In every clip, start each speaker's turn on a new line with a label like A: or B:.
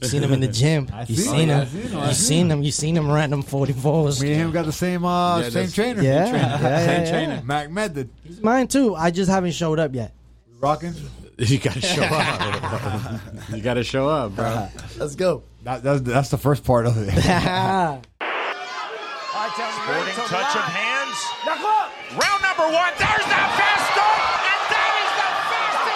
A: You seen him in the gym.
B: I
A: you
B: seen
A: seen
B: him.
A: him. You
B: I seen him. I seen
A: seen him. You seen him renting them forty fours.
B: Me
A: Yeah,
B: and him got the same uh,
C: Yeah,
B: same
C: that's-
B: trainer.
A: yeah, yeah,
B: Same
A: yeah.
B: trainer. Mac Medden.
A: Mine too. I just haven't showed up yet.
B: Rocking.
D: You gotta show up. you gotta show up, bro.
C: Let's go.
B: That, that's, that's the first part of it.
A: Ah.
E: Sporting touch of hands. Round number one. There's the fast start, and that is the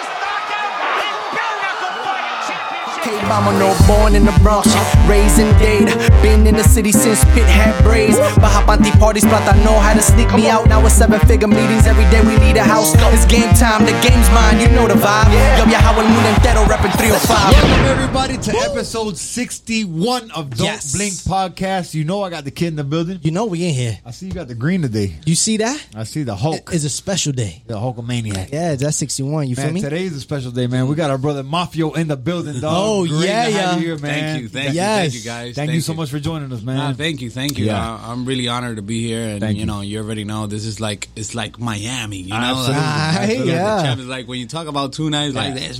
E: fastest knockout in bare knuckle fighting championship.
F: K mama no born in the Bronx, raised in Dade. Been in the city since Pit had braids. Bahapanti parties, but I know how to sneak me out. Now it's seven figure meetings every day. We need a house. It's game time. The game's mine. You know the vibe. Yo, yeah, how el mundo entero reppin' 305.
B: Welcome everybody to episode sixty-one of Don't
A: Yes.
B: Blink podcast. You know I got the kid in the building.
A: You know we in here.
B: I see you got the green today.
A: You see that?
B: I see the Hulk,
A: It's a special day.
B: the Hulkamaniac.
A: Yeah, that's sixty one. You feel
B: Man,
A: me?
B: today's a special day, man. We got our brother Mafio in the building, dog.
A: Oh,
B: Great
A: yeah,
B: to have
A: yeah.
B: you here, man.
C: Thank you. Thank you.
A: Yes.
C: Thank you, guys.
B: Thank you so much for joining us, man.
C: Nah, thank you, thank you.
B: Yeah.
C: I, I'm really honored to be here, and
B: Thank
C: you
B: you. Ah,
C: know, you already know this is like it's like Miami. You know,
B: Absolutely.
C: Like,
A: Absolutely.
C: the
A: Yeah.
C: Champions, like when you talk about two nights, like that's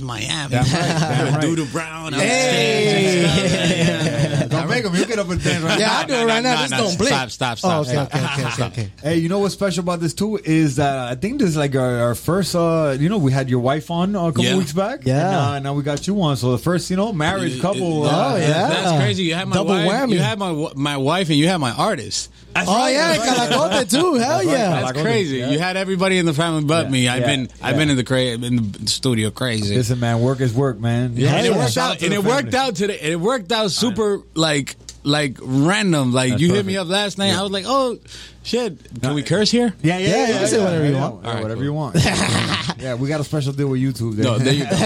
B: Damn
C: Miami.
B: right, damn right.
C: Duda Brown, on
A: Hey.
C: stage and stuff. Yeah, yeah, yeah.
B: Don't make him. You get up and dance right
A: yeah,
B: now.
A: I do it right now.
C: Nah,
A: Just
C: nah,
A: don't blink.
C: stop, stop, stop,
A: Oh, okay,
C: stop.
A: okay, okay, okay, okay.
B: Hey, you know what's special about this too is that I think this is like our, our first. uh You know, we had your wife on uh, a couple
C: Yeah.
B: weeks back.
A: Yeah.
B: and, uh, now we got you on. So the first, you know, married
C: It-
B: couple.
C: it-
B: uh,
A: Oh, yeah.
C: that's crazy. You had my
A: Double
C: wife,
A: whammy.
C: You had my wi- my wife, and you had my artist.
B: That's
A: Oh
B: right,
A: yeah,
B: that's right.
A: Calacote too. Hell yeah.
C: That's crazy. You had everybody in the family but
B: Yeah,
C: me. I've
B: yeah,
C: been I've been
B: yeah.
C: in the cra- in the studio crazy.
B: Listen, man, work is work, man.
C: Yeah, and it
A: Yeah.
C: worked
B: Shout
C: out.
B: to
C: And
B: the
C: it worked
B: family.
C: out today. And it worked out super like like random. Like you hit me
B: perfect.
C: up last night. I was like, oh shit, can we curse here?
B: Yeah, yeah,
A: Yeah, you can say whatever you
B: yeah,
A: want.
B: yeah,
C: All right,
B: whatever
C: cool.
B: you want. yeah, we got a special deal with YouTube. There.
C: No, there you go.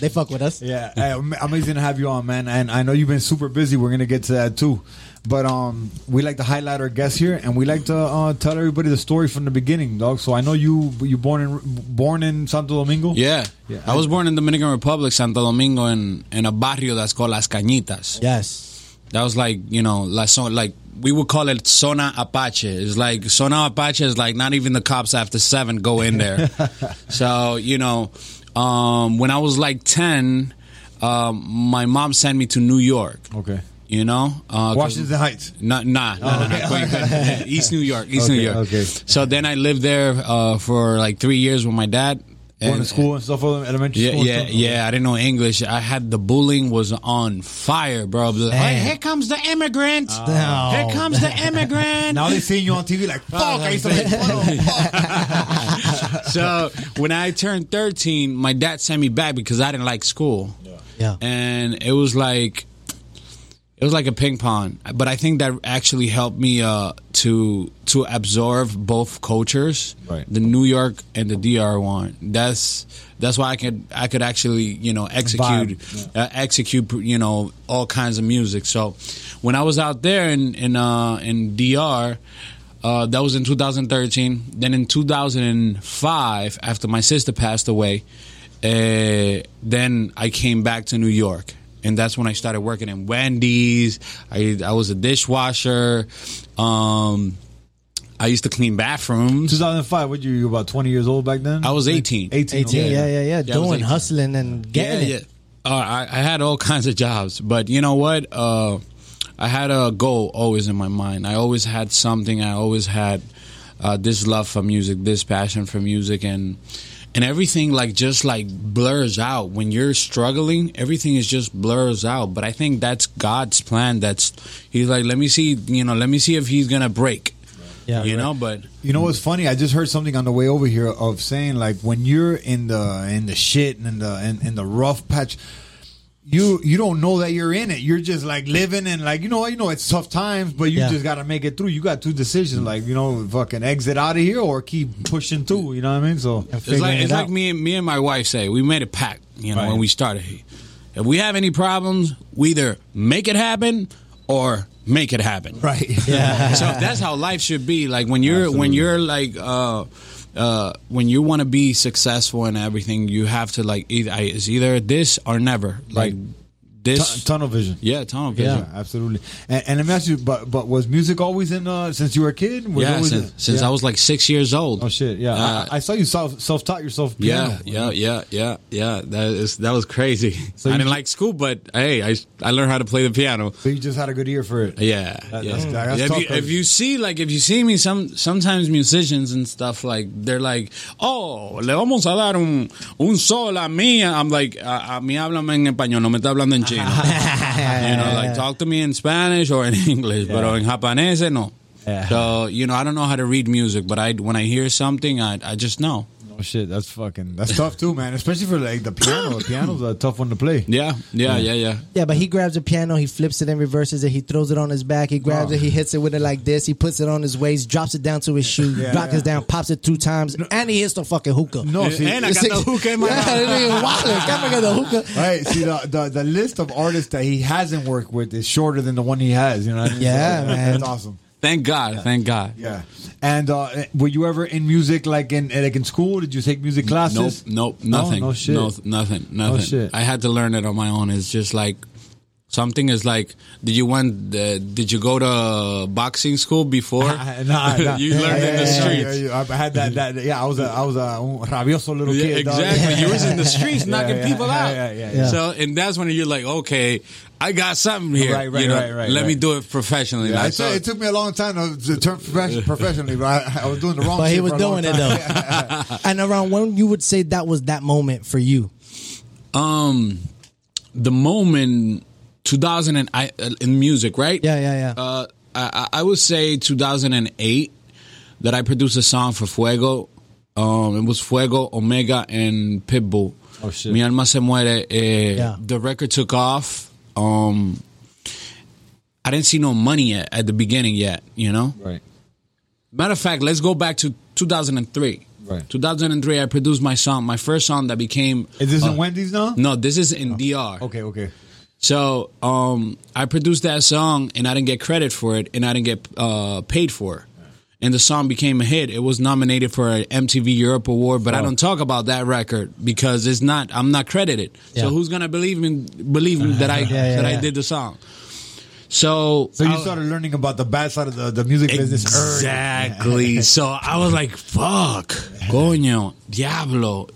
A: They fuck with us.
B: Yeah, hey, am- amazing to have you on, man. And I know you've been super busy. We're gonna get to that too, but um, we like to highlight our guests here, and we like to uh, tell everybody the story from the beginning, dog. So I know you you born in born in Santo Domingo.
C: Yeah.
B: Yeah,
C: I was born in Dominican Republic, Santo Domingo, in, in a barrio that's called Las Cañitas.
A: Yes.
C: That was like, you know, la zona, like we would call it Zona Apache. It's like Zona Apache is like not even the cops after seven go in there. so, you know, um, when I was like 10, um, my mom sent me to New York.
B: Okay.
C: You know? Uh, 'cause-
B: Washington Heights.
C: No, nah, nah, nah, nah, quick, quick. East New York, East New
B: Okay,
C: York.
B: okay.
C: So then I lived there uh, for like three years with my dad.
B: Going
C: And- uh,
B: to school and stuff, elementary
C: yeah,
B: school. and
C: yeah,
B: stuff?
C: yeah. I didn't know English. I had the bullying was on fire, bro. Like,
A: Damn.
C: "Hey, here comes the immigrant.
B: Oh.
A: No.
C: Here comes the immigrant.
B: Now they seeing you on TV like fuck. I used to make fun of him.
C: so when I turned thirteen, my dad sent me back because I didn't like school,
A: Yeah.
C: and it was like it was like a ping pong. But I think that actually helped me uh, to to absorb both cultures,
B: Right.
C: the New York and the DR one. That's that's why I could I could actually you know execute uh, execute you know all kinds of music. So when I was out there in in uh, in DR. Uh, that was in 2013. Then in 2005, after my sister passed away, uh, then I came back to New York, and that's when I started working in Wendy's. I I was a dishwasher. Um, I used to clean bathrooms.
B: 2005. What you, you about 20 years old back then?
C: I was 18.
B: 18.
A: Yeah, yeah, yeah, yeah.
C: Yeah, I was
A: Doing,
C: like-
A: hustling, and getting it.
C: Uh, I, I had all kinds of jobs, but you know what? Uh, I had a goal always in my mind. I always had something. I always had uh, this love for music, this passion for music, and and everything like just like blurs out when you're struggling. Everything is just blurs out. But I think that's God's plan. That's He's like, let me see, you know, let me see if He's gonna break.
A: Yeah,
C: you
A: right.
C: know, but
B: You know what's funny? I just heard something on the way over here of saying like when you're in the in the shit and in the in, in the rough patch, you you don't know that you're in it. You're just like living and like you know you know it's tough times, but you
A: Yeah.
B: just gotta make it through. You got two decisions, like you know fucking exit out of here or keep pushing through. You know what I mean? So
C: It's
A: figuring
C: like,
A: it
C: it's like
A: out.
C: me and me and my wife say we made a pact. You know,
B: Right.
C: when we started, if we have any problems, we either make it happen or make it happen.
B: right,
C: so that's how life should be. Like when you're when you're like uh, uh, when you want to be successful and everything, you have to like either it's either this or never. Like this.
B: tunnel vision.
C: yeah, tunnel vision.
B: Yeah, absolutely. And, and let me ask you, but but was music always in uh, since you were a kid? Was
C: Yeah,
B: always
C: since,
B: in-
C: since
B: yeah.
C: I was like six years old.
B: Oh shit! Yeah,
C: Uh,
B: I, I saw you self self taught yourself.
C: yeah,
B: Piano.
C: yeah, yeah, yeah, yeah. That is that was crazy.
B: So
C: I
B: you
C: didn't
B: ju-
C: like school, but hey, I I learned how to play the piano.
B: So you just had a good ear for it.
C: Yeah,
B: That-
C: yeah.
B: that's- that's
C: if,
B: tough,
C: you,
B: though.
C: if you see like if you see me some sometimes musicians and stuff like they're like oh le vamos a dar un un sol a mí I'm like a, a mí háblame en español no me está hablando en chino you know like talk to me in Spanish or in English but en japonés no
B: Yeah.
C: so you know I don't know how to read music but I when I hear something I I just know
B: Oh shit! That's fucking. That's tough too, man. Especially for like the piano. the piano's a tough one to play.
C: yeah yeah yeah yeah
A: Yeah, but he grabs a piano, he flips it and reverses it, he throws it on his back, he grabs
B: Oh.
A: it, he hits it with it like this, he puts it on his waist, drops it down to his shoe,
B: Yeah,
A: blocks
B: yeah.
A: it down, pops it two times, and he hits the fucking hookah.
B: No, see,
C: and I got the hookah in my
A: yeah,
C: hand.
A: that nigga wild. That nigga got the hookah.
B: Right. See, the, the the list of artists that he hasn't worked with is shorter than the one he has. You know what I mean?
A: Yeah,
B: So,
A: man.
B: That's awesome.
C: thank God thank God
B: Yeah. And uh, were you ever in music like in like in school? Did you take music classes?
C: Nope, nope, nothing.
B: No, no shit.
C: No, nothing, nothing.
B: shit.
C: I had to learn it on my own. It's just like something is like. Did you went? Uh, did you go to boxing school before?
B: Nah, nah.
C: you learned in the
B: yeah,
C: streets.
B: Yeah, yeah. I had that, that. Yeah, I was a, I was a rabioso little
C: Yeah,
B: kid. dog.
C: exactly. You was in the streets
B: Yeah,
C: knocking
B: yeah,
C: people
B: yeah,
C: out.
B: yeah, yeah,
A: yeah.
C: So, and that's when you're like, okay, I got something here.
B: Right, right,
C: you know,
B: right, right,
C: Let me
B: right.
C: do it professionally.
B: Yeah,
C: like,
B: it, took,
C: so-
B: it took me a long time to, to turn profession, professionally, but I, I was doing the
C: Oh,
B: wrong.
A: But he
B: shit
A: was
B: for a long
A: doing it
B: time.
A: though. and around when you would say that was that moment for you?
C: um the moment 2000 and I uh, in music, right?
A: Yeah, yeah, yeah.
C: Uh I I I would say 2008 that I produced a song for Fuego. Um it was Fuego, Omega and Pitbull.
B: Oh, shit.
C: Mi alma se muere. eh,
A: Yeah.
C: The record took off. Um I didn't see no money yet at the beginning yet, you know?
B: Right.
C: Matter of fact, let's go back to 2003.
B: Right.
C: 2003, I produced my song, my first song that became.
B: Is this
C: uh,
B: in Wendy's now?
C: No, this is in DR.
B: Okay. Okay.
C: So um, I produced that song and I didn't get credit for it and I didn't get uh, paid for it. And the song became a hit. It was nominated for an MTV Europe Award,
A: Oh.
C: but I don't talk about that record because it's not. I'm not credited. So
A: Yeah.
C: who's gonna believe me? Believe me that I
A: yeah,
C: that I
A: yeah.
C: did the song. So
B: So you
C: I-
B: started learning about the bad side of the, the music business early.
C: Exactly. so I was like, fuck, coño, diablo.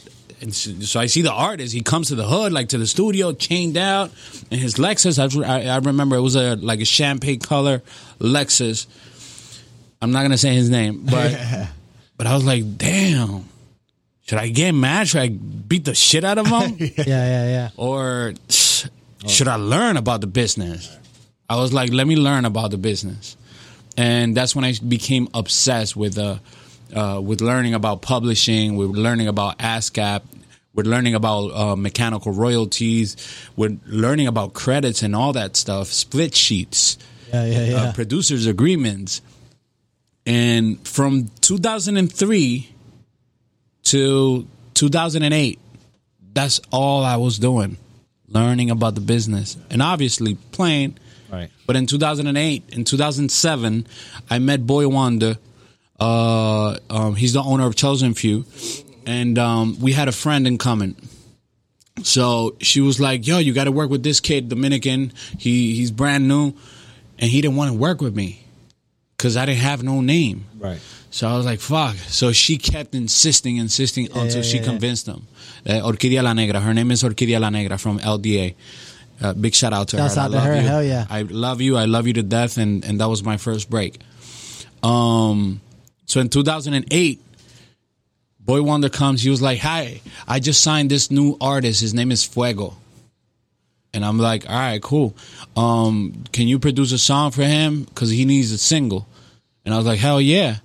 C: And so, so I see the artist. He comes to the hood, like to the studio, chained out in his Lexus. I, I, I remember it was a like a champagne color Lexus. I'm not gonna say his name, but but I was like, damn, should I get mad? Should I beat the shit out of him?
A: Yeah, yeah, yeah.
C: or should I learn about the business? I was like, let me learn about the business, and that's when I became obsessed with uh, uh with learning about publishing, with learning about ASCAP, with learning about uh, mechanical royalties, with learning about credits and all that stuff, split sheets,
A: Yeah, yeah, yeah.
C: uh, producers agreements, and from 2003 to 2008 that's all I was doing, learning about the business and obviously playing.
B: Right.
C: But in 2008, in 2007, I met Boy Wonder. Uh, um, he's the owner of Chosen Few, and um, we had a friend in common. So she was like, "Yo, you got to work with this kid, Dominican. He he's brand new, and he didn't want to work with me because I didn't have no name."
B: Right.
C: So I was like, fuck. So she kept insisting, insisting until
A: yeah,
C: she
A: yeah.
C: convinced them. Uh, Orquídea La Negra. Her name is Orquídea La Negra from LDA. Uh, big shout out to
A: Shouts
C: her. I
A: out to
C: love
A: her.
C: you.
A: Hell yeah.
C: I love you. I love you to death. And, and that was my first break. Um, so in 2008, Boy Wonder comes. He was like, hi, I just signed this new artist. His name is Fuego. And I'm like, all right, cool. Um, can you produce a song for him? Because he needs a single. And I was like, hell yeah.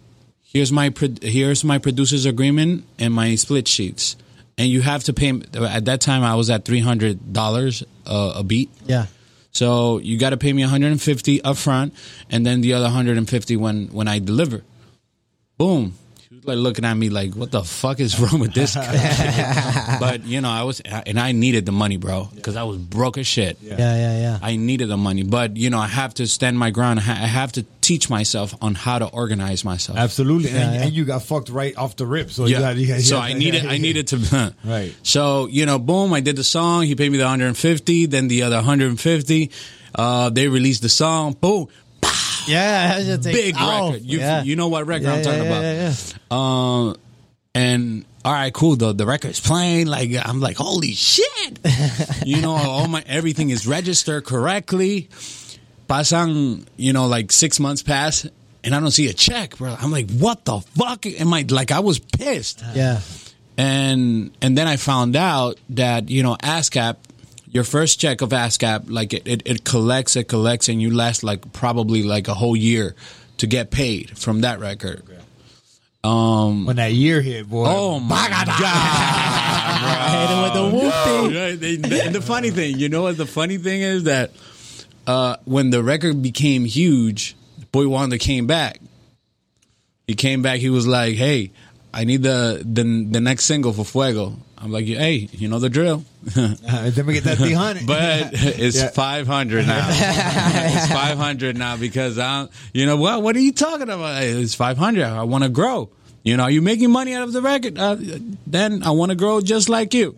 C: Here's my pro- here's my producer's agreement and my split sheets. And you have to pay. At that time, I was at three hundred dollars uh, a beat.
A: yeah.
C: So you got to pay me 150 upfront, and then the other 150 when when I deliver. Boom. He was like looking at me like, "What the fuck is wrong with this?" guy?" but you know, I was and I needed the money, bro, because I was broke as shit.
A: Yeah, yeah, yeah.
C: I needed the money, but you know, I have to stand my ground. I ha- I have to teach myself on how to organize myself.
B: Absolutely, and,
A: Yeah, yeah.
B: and you got fucked right off the rip. So
C: Yeah.
B: you got, you got,
C: so
B: yeah,
C: I
B: yeah,
C: needed
B: yeah,
C: I
B: yeah.
C: needed to
B: Right.
C: So you know, boom! I did the song. He paid me the 150, then the other 150. Uh, they released the song. Boom!
A: Yeah, I just take
C: Big
A: off.
C: record. You
A: yeah.
C: you know what record
A: Yeah,
C: I'm talking
A: yeah,
C: about?
A: yeah, yeah.
C: Um, and all right, cool. The the record's playing. Like I'm like, holy shit! you know, all my everything is registered correctly. Pasan, you know, like six months pass, and I don't see a check, bro. I'm like, what the fuck? Am I like? I was pissed.
A: Yeah.
C: And and then I found out that you know ASCAP, your first check of ASCAP, like it, it, it collects, it collects, and you last like probably like a whole year to get paid from that record.
B: when that year hit, boy.
C: Oh my god!
A: Hit him with the whoop thing.
C: Yeah, they- and the funny thing, you know what the funny thing is that uh, when the record became huge, Boy Wonder came back. He came back. He was like, "Hey, I need the the, the next single for Fuego." I'm like, "Hey, you know the drill."
B: Uh, then we get that 300.
C: But it's
B: Yeah.
C: 500 now. it's 500 now because I'm, you know, what? What are you talking about? It's 500. I want to grow. You know, are you making money out of the record? Uh, then I want to grow just like you.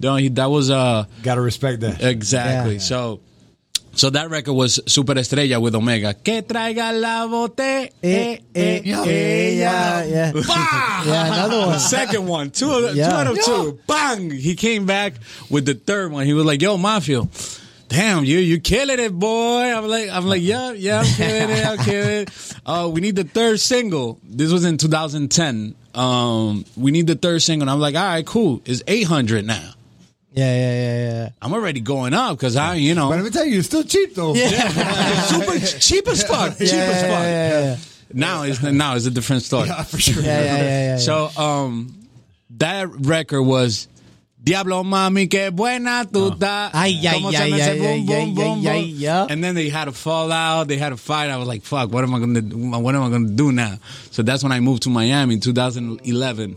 C: No, he, that was uh
B: gotta respect that.
C: exactly.
A: Yeah.
C: So, so that record was Super Estrella with Omega. Que traiga la bote.
A: Eh, eh, eh, yeah, yeah.
C: Bah!
A: Yeah, another one.
C: The second one. Two, of,
A: Yeah.
C: two out of two. Bang! He came back with the third one. He was like, "Yo, Mafio, damn you, you killing it, boy." I'm like, I'm like, yeah, yeah, I'm killing it, I'm killing it. Uh, we need the third single. This was in 2010. Um, we need the third single. And I'm like, all right, cool. It's 800 now.
A: Yeah, yeah, yeah, yeah.
C: I'm already going up because I, you know,
B: But let me tell you, it's still cheap though.
C: super cheap as fuck, cheap
A: yeah,
C: as fuck.
A: yeah, yeah,
C: Now is now is a different story.
B: Yeah, for sure.
A: yeah, yeah, yeah, yeah, yeah.
C: So um, that record was Diablo mami que buena tu ta.
A: Ay, ay,
C: Como se
A: ay,
C: me hace
A: ay,
C: boom,
A: ay,
C: boom,
A: ay,
C: boom,
A: ay,
C: boom.
A: yeah.
C: And then they had a fallout. They had a fight. I was like, fuck. What am I gonna do? What am I gonna do now? So that's when I moved to Miami, in 2011.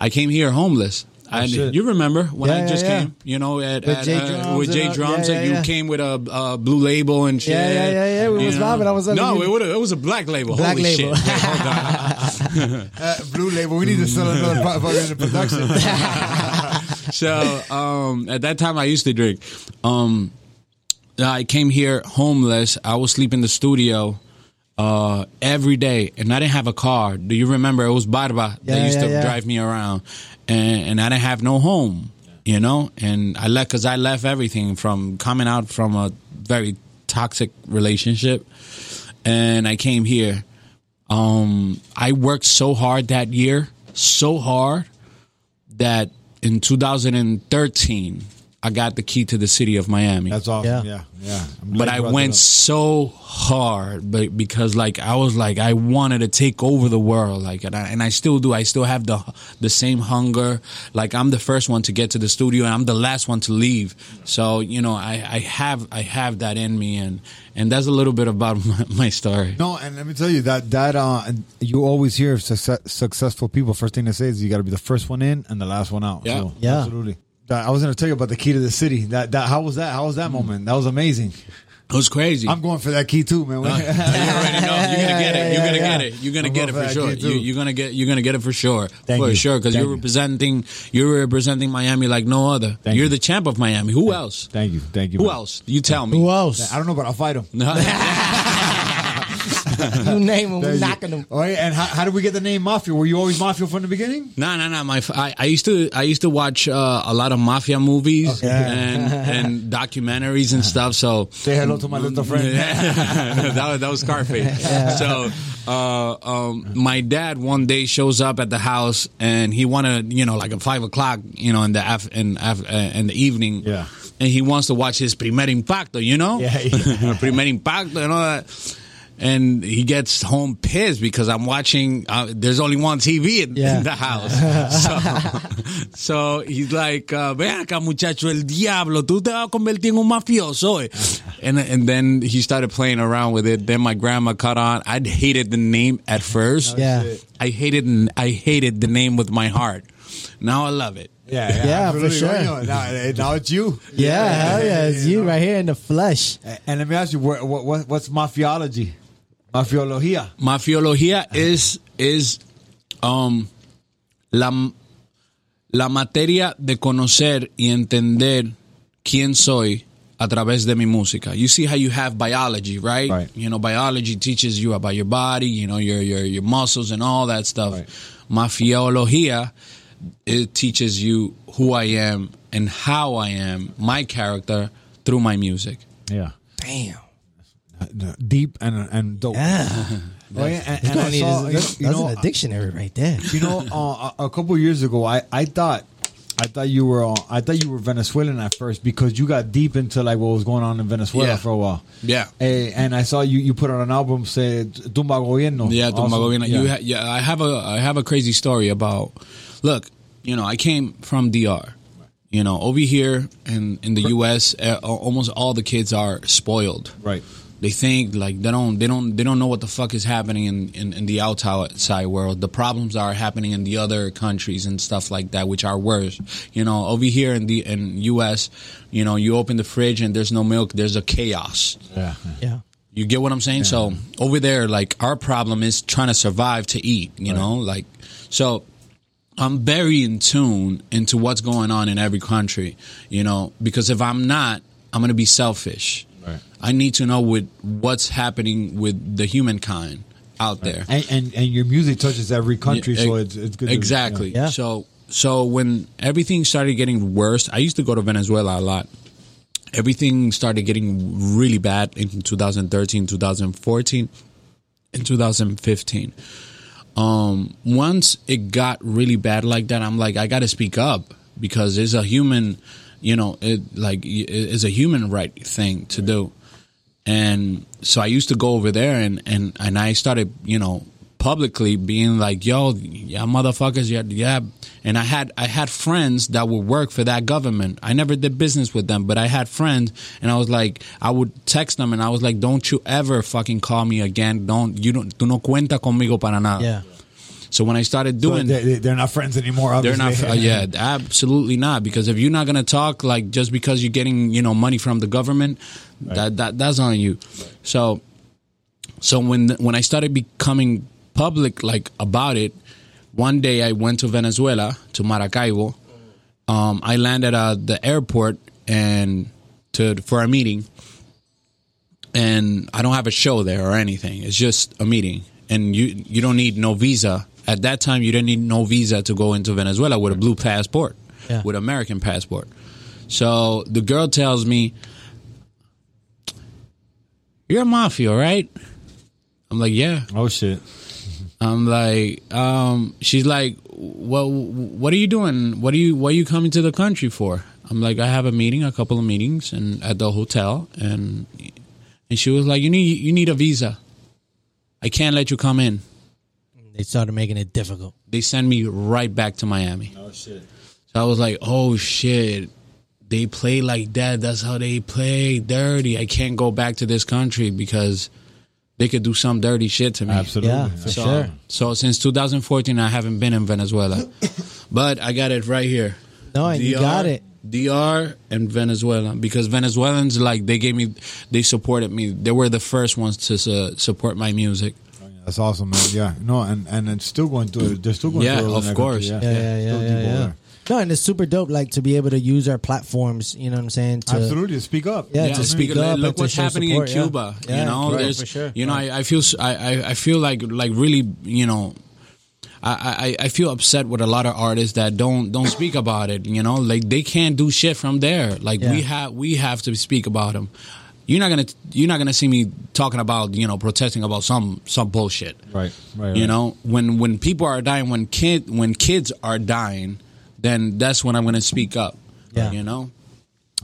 C: I came here homeless. I,
B: shit.
C: you remember when
A: Oh, Yeah,
C: I just
A: yeah, yeah.
C: came, you know, at,
A: With
C: at,
A: Jay
C: uh,
A: Drums
C: with
A: and
C: Jay
A: all-
C: Drums,
A: yeah,
C: and
A: yeah,
C: you
A: yeah.
C: came with a, uh blue label and shit.
A: yeah, yeah, yeah. We
C: You
A: was
C: know?
A: vibing. I was like,
C: no,
A: you-
C: it, would've- it was a black label.
A: Black
C: Holy
A: label.
C: Shit. Wait, hold on.
B: Uh, Blue label. We need to sell another bu- fucking production.
C: so um, at that time, I used to drink. Um, I came here homeless. I would sleep in the studio uh, every day, and I didn't have a car. Do you remember? It was Barba that
A: Yeah,
C: used
A: yeah,
C: to
A: yeah.
C: drive me around, and, and I didn't have no home. You know, and I left because I left everything from coming out from a very toxic relationship, and I came here. Um, I worked so hard that year, so hard that in 2013 I got the key to the city of Miami.
B: That's awesome.
A: Yeah.
B: Yeah, yeah. I'm glad
C: but
B: you
C: I
B: brought
C: went
B: that
C: so hard, but because like I was like I wanted to take over the world, like and I, and I still do. I still have the the same hunger. Like I'm the first one to get to the studio, and I'm the last one to leave. So you know, I, I have I have that in me, and and that's a little bit about my, my story.
B: up. no, and let me tell you that that uh, and you always hear of success, successful people. First thing they say is you got to be the first one in and the last one out.
C: Yeah.
B: so,
A: Yeah.
B: absolutely. That, I was going to tell you about the key to the city. That that how was that? How was
C: Mm.
B: that moment? That was amazing.
C: It was crazy.
B: I'm going for that key too, man.
C: you already know. You're gonna get it. You're gonna
A: yeah,
C: get it. You're gonna
B: I'm
C: get it
B: off
C: for
B: that
C: sure.
B: key, too.
C: You, you're gonna get. You're gonna get it for sure.
B: Thank
C: for
B: you.
C: sure, because
B: Thank
C: you're
B: you.
C: representing. You're representing Miami like no other.
B: Thank
C: you're
B: you.
C: the champ of Miami. Who else?
B: Thank you, thank you.
C: Who
B: man.
C: else? You tell me.
A: Who else?
B: I don't know, but I'll fight him.
A: You name him,
B: There
A: we
B: you-
A: knocking him.
B: All right, and how, how did we get the name Mafia? Were you always Mafia from the beginning?
C: No, no, no. My, f- I, I used to, I used to watch uh, a lot of mafia movies and, and documentaries and stuff. So
B: Say hello to my little friend.
C: Yeah. that, was, that was Scarface. So, uh, um, my dad one day shows up at the house and he wanted, you know, like at five o'clock, you know, in the af- in, af- uh, in the evening.
B: Yeah.
C: And he wants to watch his Primer Impacto, you know?
B: Yeah, yeah.
C: Primer Impacto and all that. and he gets home pissed because I'm watching. Uh, there's only one TV in,
A: Yeah.
C: in the house, so, so he's like, uh, "Ve acá, muchacho, el diablo, tú te vas a convertir en un mafioso." eh." And and then he started playing around with it. Then my grandma caught on. I hated the name at first.
A: Yeah.
C: I hated I hated the name with my heart. Now I love it.
B: Yeah, yeah,
A: Yeah, for
B: absolutely.
A: sure.
B: Yo, Now, eh, now it's you.
A: Yeah, hell yeah, it's you right here in the flesh.
B: A- And let me ask you, what, what, what- what's mafiology? Mafiologia.
C: Mafiología is is um la la materia de conocer y entender quién soy a través de mi música. You see how you have biology, right?
B: Right.
C: You know, biology teaches you about your body, you know, your your your muscles and all that stuff.
B: Right.
C: Mafiología it teaches you who I am and how I am, my character through my music.
B: Yeah.
A: Damn.
B: Deep and and dope.
A: Yeah.
B: Oh, yeah, and,
A: That's,
B: and I
A: going
B: saw,
A: in-
B: you
A: that's-
B: know,
A: that's
B: uh,
A: a dictionary right there.
B: you know, uh, a, a couple years ago, I, I thought, I thought you were, uh, I thought you were Venezuelan at first because you got deep into like what was going on in Venezuela
C: Yeah.
B: for a while.
C: Yeah.
B: Eh, and I saw you, you put out an album, say Tumba Gobierno.
C: Yeah,
B: Also,
C: Tumba Gobierno. You
B: yeah.
C: ha- yeah, I have a I have a crazy story about. Look, you know, I came from DR. You know, over here in in the U.S., uh, almost all the kids are spoiled.
B: Right.
C: They think like they don't they don't they don't know what the fuck is happening in, in, in the outside world. The problems are happening in the other countries and stuff like that, which are worse. You know, over here in the in U.S., you know, you open the fridge and there's no milk. There's a chaos.
B: Yeah.
A: Yeah.
C: You get what I'm saying? So over there, like our problem is trying to survive to eat, you know, like so I'm very in tune into what's going on in every country, you know, because if I'm not, I'm gonna be selfish.
B: Right.
C: I need to know with what's happening with the humankind out there.
B: And, and and your music touches every country,
C: Yeah,
B: so
C: e-
B: it's it's good. to-
C: Exactly.
A: Yeah.
C: So so when everything started getting worse, I used to go to Venezuela a lot. Everything started getting really bad in 2013, 2014, and 2015. Um, once it got really bad like that, I'm like, I got to speak up because it's a human, you know, it like i- it's a human right thing to do and so I used to go over there and and and I started you know publicly being like yo yeah motherfuckers yeah yeah and I had I had friends that would work for that government I never did business with them but I had friends and I was like I would text them and I was like don't you ever fucking call me again don't you don't tú no cuenta conmigo para nada
A: Yeah.
C: so when I started
B: So
C: doing
B: they, they're not friends anymore.
C: they're
B: Obviously.
C: not. Uh, yeah, absolutely not. Because if you're not gonna talk, like just because you're getting you know money from the government, that that that's on you. So, so when when I started becoming public like about it, one day I went to Venezuela to Maracaibo. Um, I landed at the airport and to for a meeting and I don't have a show there or anything. It's just a meeting, and you you don't need no visa. At that time, you didn't need no visa to go into Venezuela with a blue passport,
A: Yeah.
C: with American passport. So the girl tells me, "You're a mafia, right?" I'm like, "Yeah."
B: Oh shit.
C: I'm like, um, she's like, well, what are you doing? What are you, what are you coming to the country for? I'm like, I have a meeting, a couple of meetings, and at the hotel, and and she was like, you need, you need a visa. I can't let you come in.
A: They started making it difficult.
C: They send me right back to Miami.
B: Oh shit.
C: So I was like, oh shit, they play like that. That's how they play dirty. I can't go back to this country because they could do some dirty shit to me.
B: Absolutely.
A: Yeah, for
C: So,
A: sure.
C: so since 2014, I haven't been in Venezuela, but I got it right here.
A: No, and you got it.
C: DR and Venezuela because Venezuelans like they gave me, they supported me. They were the first ones to su- support my music.
B: That's awesome, man. Yeah, no, and and it's still going through. They're still going
C: Yeah,
B: through. it
C: of
B: in that
C: course.
B: country,
A: Yeah, yeah, yeah,
B: Still
A: yeah,
B: people
A: yeah.
B: there.
A: No, and it's super dope, like to be able to use our platforms. You know what I'm saying? To,
B: Absolutely, speak up.
A: Yeah,
C: Yeah,
A: to
C: to
A: speak up and
C: Look
A: to
C: what's
A: show
C: happening
A: support,
C: in
A: yeah.
C: Cuba.
A: Yeah,
C: you know,
A: right,
C: there's,
A: for sure.
C: you know, I, I feel, s- I, I- I feel like, like really, you know, I, I, I feel upset with a lot of artists that don't don't speak about it. You know, like they can't do shit from there. Like we
A: Yeah.
C: have we have to speak about them. You're not gonna you're not gonna see me talking about you know protesting about some some bullshit.
B: Right, right,
C: You
B: right.
C: know, when when people are dying, when kid when kids are dying, then that's when I'm gonna speak up.
A: Yeah.
C: You know.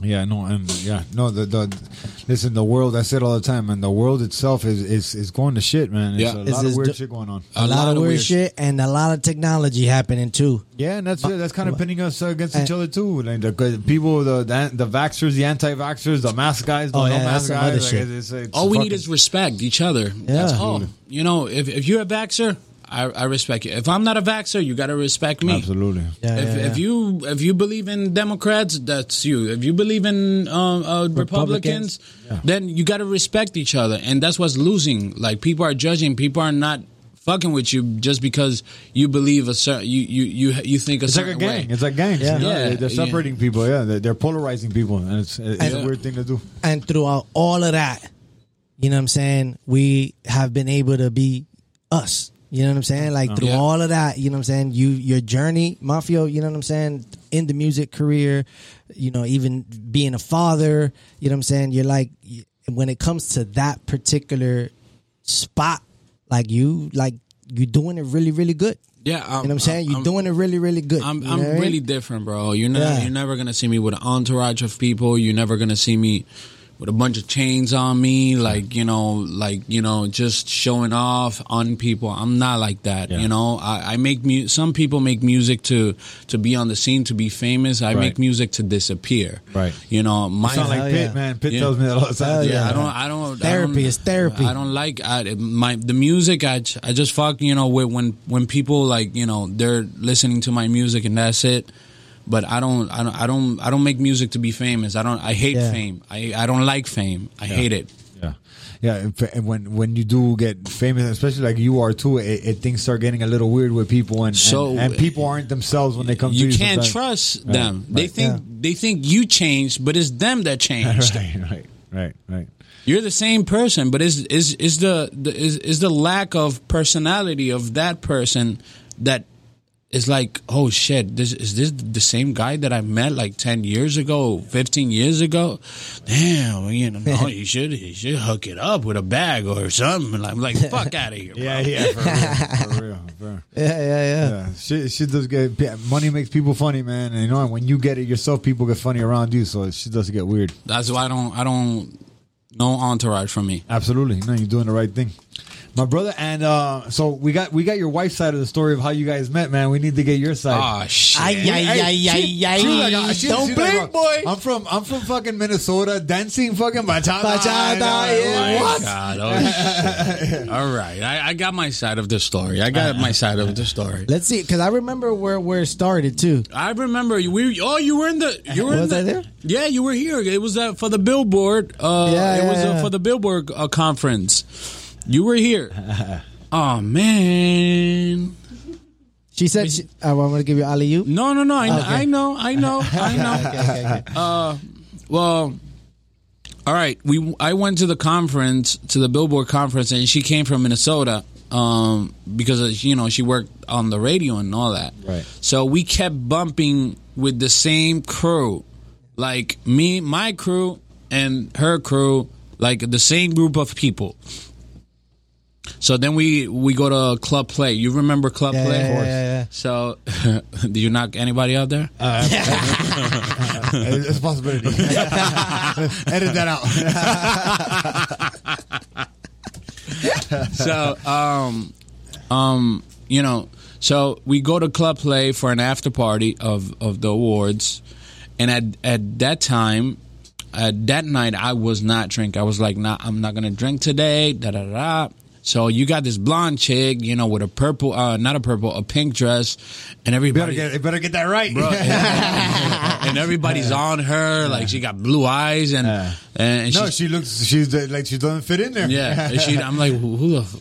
B: Yeah, no, and yeah, no. The the listen, the world. I say it all the time, and the world itself is is is going to shit, man. It's
C: Yeah. Uh,
B: a
C: It's-
B: lot of
A: it's
B: weird
A: d-
B: shit going on.
A: A, lot, of weird
C: sh-
A: shit and a lot of technology happening too.
B: Yeah, and that's yeah, that's kind of pinning us uh, against each
A: Uh,
B: other too. Like the 'cause people, the the, the vaxxers, the anti-vaxxers, the mask guys, the
A: Oh,
B: no
A: yeah, that's
B: mask
A: some
B: guys.
A: other
B: like,
A: shit.
B: it's- it's
C: all we need
B: fucking-
C: is respect each other. That's
A: Yeah.
C: all. You know, if, if you're a vaxxer, I, I respect you. If I'm not a vaxxer, you got to respect me.
B: absolutely.
A: Yeah,
C: if,
A: yeah,
C: if
A: yeah.
C: you if you believe in Democrats, that's you. If you believe in um, uh, Republicans,
A: Republicans.
C: then you got to respect each other, and that's what's losing. Like people are judging, people are not fucking with you just because you believe a certain you you you you think a
B: It's like
C: certain
B: a gang.
C: way.
B: It's like gangs.
A: Yeah.
B: you know?
C: Yeah,
B: They're- they're
C: yeah.
B: separating people. Yeah, they're, they're polarizing people, and it's it's a
A: Yeah.
B: weird thing to do.
A: and throughout all of that, you know what I'm saying, we have been able to be us. You know what I'm saying? Like through
C: Oh. Yeah.
A: all of that, you know what I'm saying? You your journey, Mafio, you know what I'm saying, in the music career, you know, even being a father, you know what I'm saying? You're like when it comes to that particular spot, like you like you doing it really, really good. You
C: yeah, I'm,
A: know what I'm saying? You're
C: I'm-
A: doing it really, really good.
C: I'm,
A: you know
C: I'm
A: what I mean?
C: really different, bro. You're not,
A: Yeah.
C: you're never gonna see me with an entourage of people. You're never gonna see me with a bunch of chains on me, like you know, like you know, just showing off on people. I'm not like that, you know. I, I make mu- some people make music to to be on the scene, to be famous. I make
B: Right.
C: music to disappear,
B: Right.
C: You know, my
B: Sound like
A: Hell
B: Pitt,
A: yeah.
B: man. Pitt
C: Yeah.
B: tells me that all the time.
A: Hell
C: yeah,
A: yeah.
C: I don't. I don't.
A: Therapy
C: I don't,
A: is therapy.
C: I don't like I, my the music. I, j- I just fuck you know with when when people like you know they're listening to my music and that's it. But I don't. I don't. I don't. I don't make music to be famous. I don't. I hate
A: Yeah.
C: fame. I I don't like fame. I hate it.
B: Yeah, yeah. and fa- And when when you do get famous, especially like you are too, it, it things start getting a little weird with people, and
C: So-
B: and, and people aren't themselves when they come. to
C: You
B: you
C: can't
B: sometimes.
C: trust
B: Right,
C: them. They
B: right.
C: think they think you changed, but it's them that changed.
B: Right, right, right, right.
C: You're the same person, but is is is the, the is is the lack of personality of that person that is like, oh shit, this is this the same guy that I met like ten years ago, fifteen years ago? Damn, you know, no, you should you should hook it up with a bag or something. Like, I'm like, fuck out of here. bro.
B: Yeah, yeah, for real, for real. For real.
A: Yeah, yeah, yeah.
B: Yeah, shit, shit does get yeah, money makes people funny, man. And you know, when you get it yourself, people get funny around you. So shit does get weird.
C: That's why I don't I don't no entourage for me.
B: Absolutely, no, you're doing the right thing, my brother. And uh, so we got we got your wife's side of the story of how you guys met, man. We need to get your side.
C: Oh shit.
A: Ay, ay,
B: Hey,
A: ay,
B: she-
A: ay,
B: she was
A: ay.
B: like, uh, she-
A: Don't
B: she was like,
A: blink,
B: bro,
A: boy.
B: I'm from I'm from fucking Minnesota, dancing fucking bachata.
A: Bachata, yeah.
C: my
B: What?
C: God. Oh, shit. All right. I, I got my side of the story. I got my side of the story.
A: Let's see, because I remember where where it started too.
C: I remember you. We oh, you were in the. You were in
A: Was
C: the,
A: I there?
C: Yeah, you were here. It was uh, for the Billboard. Uh,
A: Yeah,
C: it
A: yeah,
C: was Uh,
A: yeah.
C: for the Billboard uh, conference. You were here. oh man.
A: She said, she, I want to give you alley oop.
C: No, no, no. I,
A: Okay.
C: I know. I know. I know. Uh, well. All right, we I went to the conference to the Billboard conference, and she came from Minnesota um, because you know she worked on the radio and all that.
B: Right.
C: So we kept bumping with the same crew, like me, my crew, and her crew, like the same group of people. So then we we go to Club Play. You remember Club
A: Yeah,
C: Play?
A: yeah, yeah, yeah, yeah.
C: So, did you knock anybody out there?
B: It's a possibility. Edit that out.
C: so um um you know so we go to club play for an after party of of the awards and at at that time at that night i was not drink i was like nah, i'm not gonna drink today da da da da. so you got this blonde chick you know with a purple uh not a purple a pink dress and
B: Better
C: everybody
B: get better get that right.
C: bro. and, and everybody's on her like she got blue eyes and
B: Yeah.
C: and, and
B: No,
C: she's-
B: she looks. She's uh, like she doesn't fit in there.
C: yeah, and she, I'm like, who, who the? f-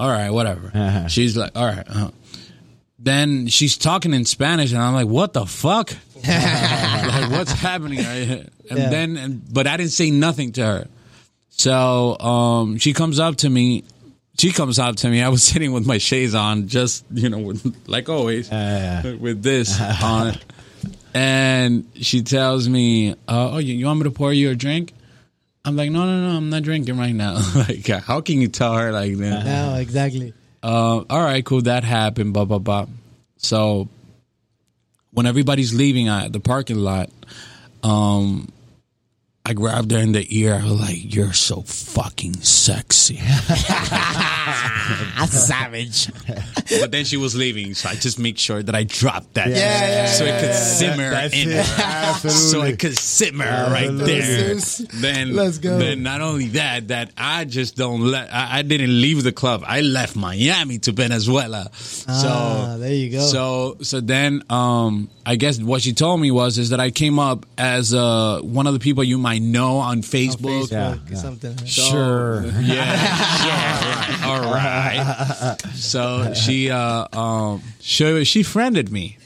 C: All right, whatever.
B: Uh-huh.
C: She's like, all right. Uh. Then she's talking in Spanish, and I'm like, what the fuck? like, what's happening? right here? And
A: Yeah.
C: then, and, but I didn't say nothing to her. So um, she comes up to me. She comes up to me. I was sitting with my shades on, just you know, with, like always, with this on. And she tells me, uh, "Oh, you, you want me to pour you a drink?" I'm like, "No, no, no, I'm not drinking right now." like, how can you tell her like that?
B: Uh-huh.
A: No, Oh, exactly.
C: uh, all right, cool, that happened, blah, blah, blah. uh, So when everybody's leaving at the parking lot, um, I grabbed her in the ear. I was like, "You're so fucking sexy."
A: savage.
C: but then she was leaving, so I just make sure that I dropped that,
B: yeah, yeah,
C: so it could simmer
B: That's
C: in.
B: it.
C: So
B: Absolutely.
C: it could simmer right there. Then,
A: Let's go.
C: Then not only that, that I just don't let. I, I didn't leave the club. I left Miami to Venezuela.
A: Ah,
C: so
A: there you go.
C: So so then, um, I guess what she told me was is that I came up as uh, one of the people you might know on Facebook.
B: Yeah,
A: Or
B: yeah.
A: Something.
B: Sure.
C: Oh, Yeah. yeah. All right. So she uh um she she friended me.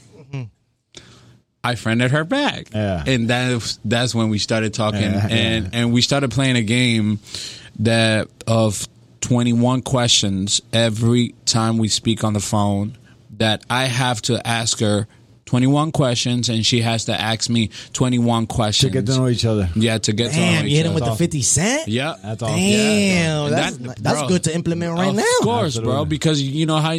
C: I friended her back.
B: Yeah.
C: And that that's when we started talking
B: Yeah,
C: and and we started playing a game that of 21 questions every time we speak on the phone that I have to ask her 21 questions and she has to ask me 21
B: To
C: questions.
B: get to know each other.
C: yeah, to get to know
A: Damn,
C: each
A: you hit him
C: other.
A: with the
B: That's
A: 50 cent?
C: yeah.
B: That's all.
A: Damn, that's,
C: That-
A: that's
C: bro.
A: good to implement right
C: of
A: now.
C: course, bro.
B: Absolutely.
C: Because you know how,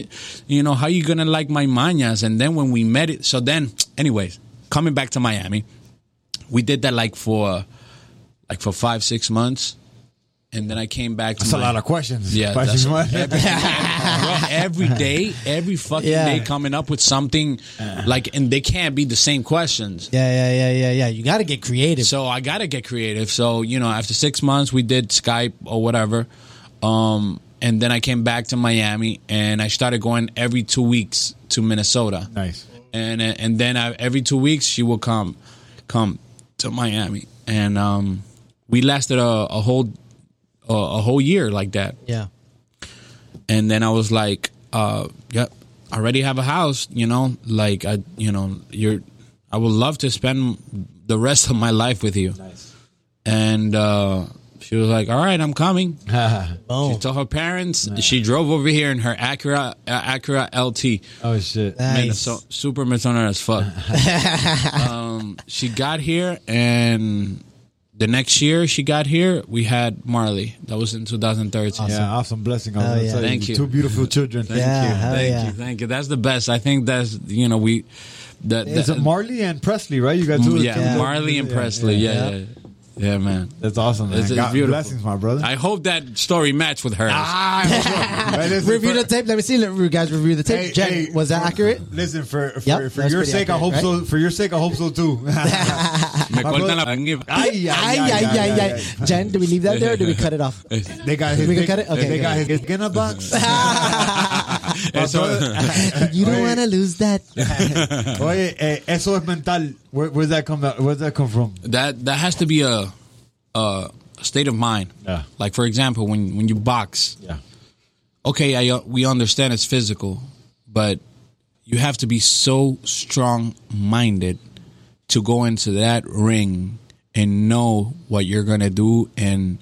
C: you know how you gonna like my mañas, and then when we met it. So then, anyways, coming back to Miami, we did that like for, like for five six months, and then I came back. To
B: That's a
C: Mi-
B: lot of questions.
C: Yeah,
B: Questions,
C: that's-
B: man.
C: Bro, every day, every fucking
A: Yeah.
C: day, coming up with something
B: Uh.
C: like, and they can't be the same questions.
A: Yeah, yeah, yeah, yeah, yeah. You got to get creative.
C: So I got to get creative. So, you know, after six months, we did Skype or whatever. Um, and then I came back to Miami and I started going every two weeks to Minnesota.
B: Nice.
C: And and then I, every two weeks, she will come come to Miami. And um, we lasted a, a whole a, a whole year like that.
A: yeah.
C: And then I was like, uh, yep, I already have a house, you know, like I, you know, you're, I would love to spend the rest of my life with you. Nice. And, uh, she was like, all right, I'm coming.
A: Boom.
C: She told her parents, she drove over here in her Acura, uh, Acura LT.
B: oh shit.
A: Nice.
C: Minnesota, super Minnesota as fuck. um, she got here and the next year she got here, we had Marley. That was in 2013.
B: Yeah, awesome blessing. I was
A: Oh,
B: gonna
A: yeah.
B: tell
C: Thank you.
B: Two beautiful children.
A: Yeah, hell
C: thank
A: yeah.
C: you, thank you. That's the best. I think that's you know we that,
B: Is it
C: that-
B: Marley and Presley, right? You guys do
C: yeah,
A: Yeah.
C: Marley and Presley. Yeah, yeah, yeah, man.
B: That's awesome, man.
C: It's- it's
B: God
C: beautiful.
B: blessings, my brother.
C: I hope that story matched with hers.
B: Ah, Hey, listen,
A: Review
B: for-
A: the tape. Let me see. Let you guys review the tape.
B: Hey,
A: Jen,
B: hey.
A: was that accurate?
B: Listen, for for,
A: Yep,
B: for
A: that's
B: your
A: pretty
B: sake, I hope
A: accurate,
B: so. For your sake, I hope so too.
C: Me cortan la-
B: Ay, ay, ay, ay, ay, ay.
A: Jen, do we leave that there or do we cut it off?
B: They got his.
A: We can
B: big-
A: cut it? Okay,
B: they
A: okay.
B: got his, his Guinness box.
C: Eso-
A: you don't
B: Oye.
A: want to lose that.
B: Oye, eh, eso es mental. Where, where's that come? Out? Where's that come from?
C: that that has to be a a state of mind.
B: Yeah.
C: Like for example, when when you box,
B: Yeah.
C: okay, I, uh, we understand it's physical, but you have to be so strong minded to go into that ring and know what you're gonna do and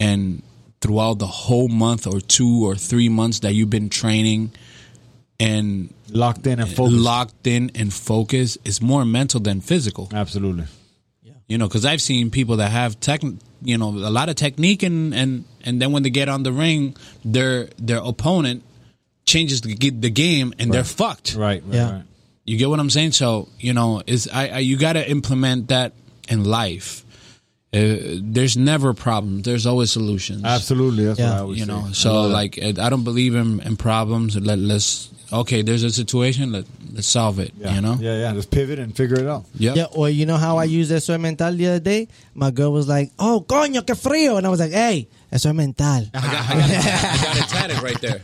C: and throughout the whole month or two or three months that you've been training and
B: Locked in
C: Eh,
B: and focused.
C: locked in and focused is more mental than physical
B: Absolutely.
C: you know because i've seen people that have tech you know a lot of technique and and and then when they get on the ring their their opponent changes the, g- the game and they're fucked
B: Right. right
A: Yeah.
B: Right.
C: you get what i'm saying so you know is i, I you got to implement that in life uh, there's never problems there's always solutions
B: Absolutely. That's
A: Yeah.
B: what I would
C: you
B: say.
C: know
B: I
C: so
B: love that.
C: like it- i don't believe in, in problems Let, let's okay there's a situation let, let's solve it
B: Yeah.
C: you know
B: Yeah, yeah. Just pivot and figure it out.
C: Yep.
A: Yeah, or you know how I used eso es mental the other day? My girl was like, oh, coño, que frío. And I was like, hey, eso es mental.
C: I, got, I, got it, I got it tatted right there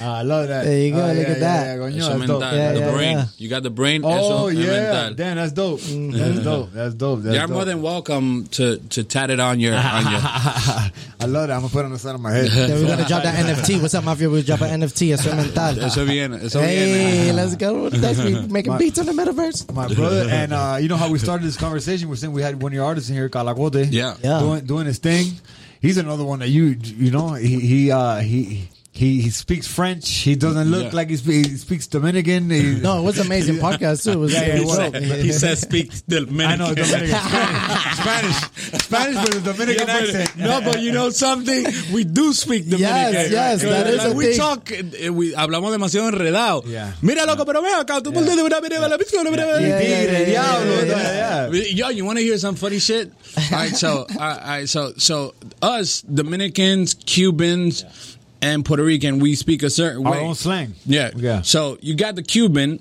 B: Ah, I love that.
A: There you go,
B: Ah,
A: look
B: yeah,
A: at
B: yeah,
A: that.
B: Yeah, coño,
C: Eso
B: that's
C: mental.
B: dope.
A: Yeah,
C: the
A: yeah,
C: brain.
A: yeah.
C: You got the brain.
B: Oh
C: eso es
B: yeah,
C: mental.
B: damn, that's dope.
A: Mm-hmm.
B: That's dope. That's dope. That's
C: You're
B: dope.
C: more than welcome to to tat it on your on your.
B: I love that. I'm gonna put it on the side of my head.
A: Then we're going to drop that NFT. What's up, Mafia? We'll drop an NFT. Eso es mental.
C: Eso viene. Eso
A: Hey,
C: viene.
A: let's go. Next week, making
B: My-
A: beats in the metaverse.
B: my brother and uh, you know how we started this conversation was saying we had one of your artists in here Calagote
C: Yeah.
A: Yeah.
B: doing doing his thing he's another one that you you know he he uh he He, he speaks French. He doesn't look
C: Yeah.
B: like he, spe- he speaks Dominican. He,
A: No, it was amazing podcast too. It was,
B: Yeah,
A: it
B: yeah,
C: He
A: was
C: said,
A: dope.
C: he said speak
B: I know
C: Dominican.
B: Dominican Spanish, Spanish, Spanish with a Dominican
C: Yeah, but-
B: accent.
C: No, but you know something, we do speak Dominican.
A: Yes, yes, that is a
C: we
A: thing.
C: talk, eh, we hablamos demasiado enredado.
B: Yeah.
C: Mira loco, pero ven acá, tú ponte de una mira, la piscina, mira, mira.
A: Yeah, yeah,
B: Tigre,
A: yeah,
B: diablo,
A: yeah,
B: yeah.
C: Yo, you want to hear some funny shit? All right, so, all right, so, so us Dominicans, Cubans, and Puerto Rican, we speak a certain
B: Our
C: way.
B: own slang.
C: Yeah,
B: Yeah.
C: So you got the Cuban.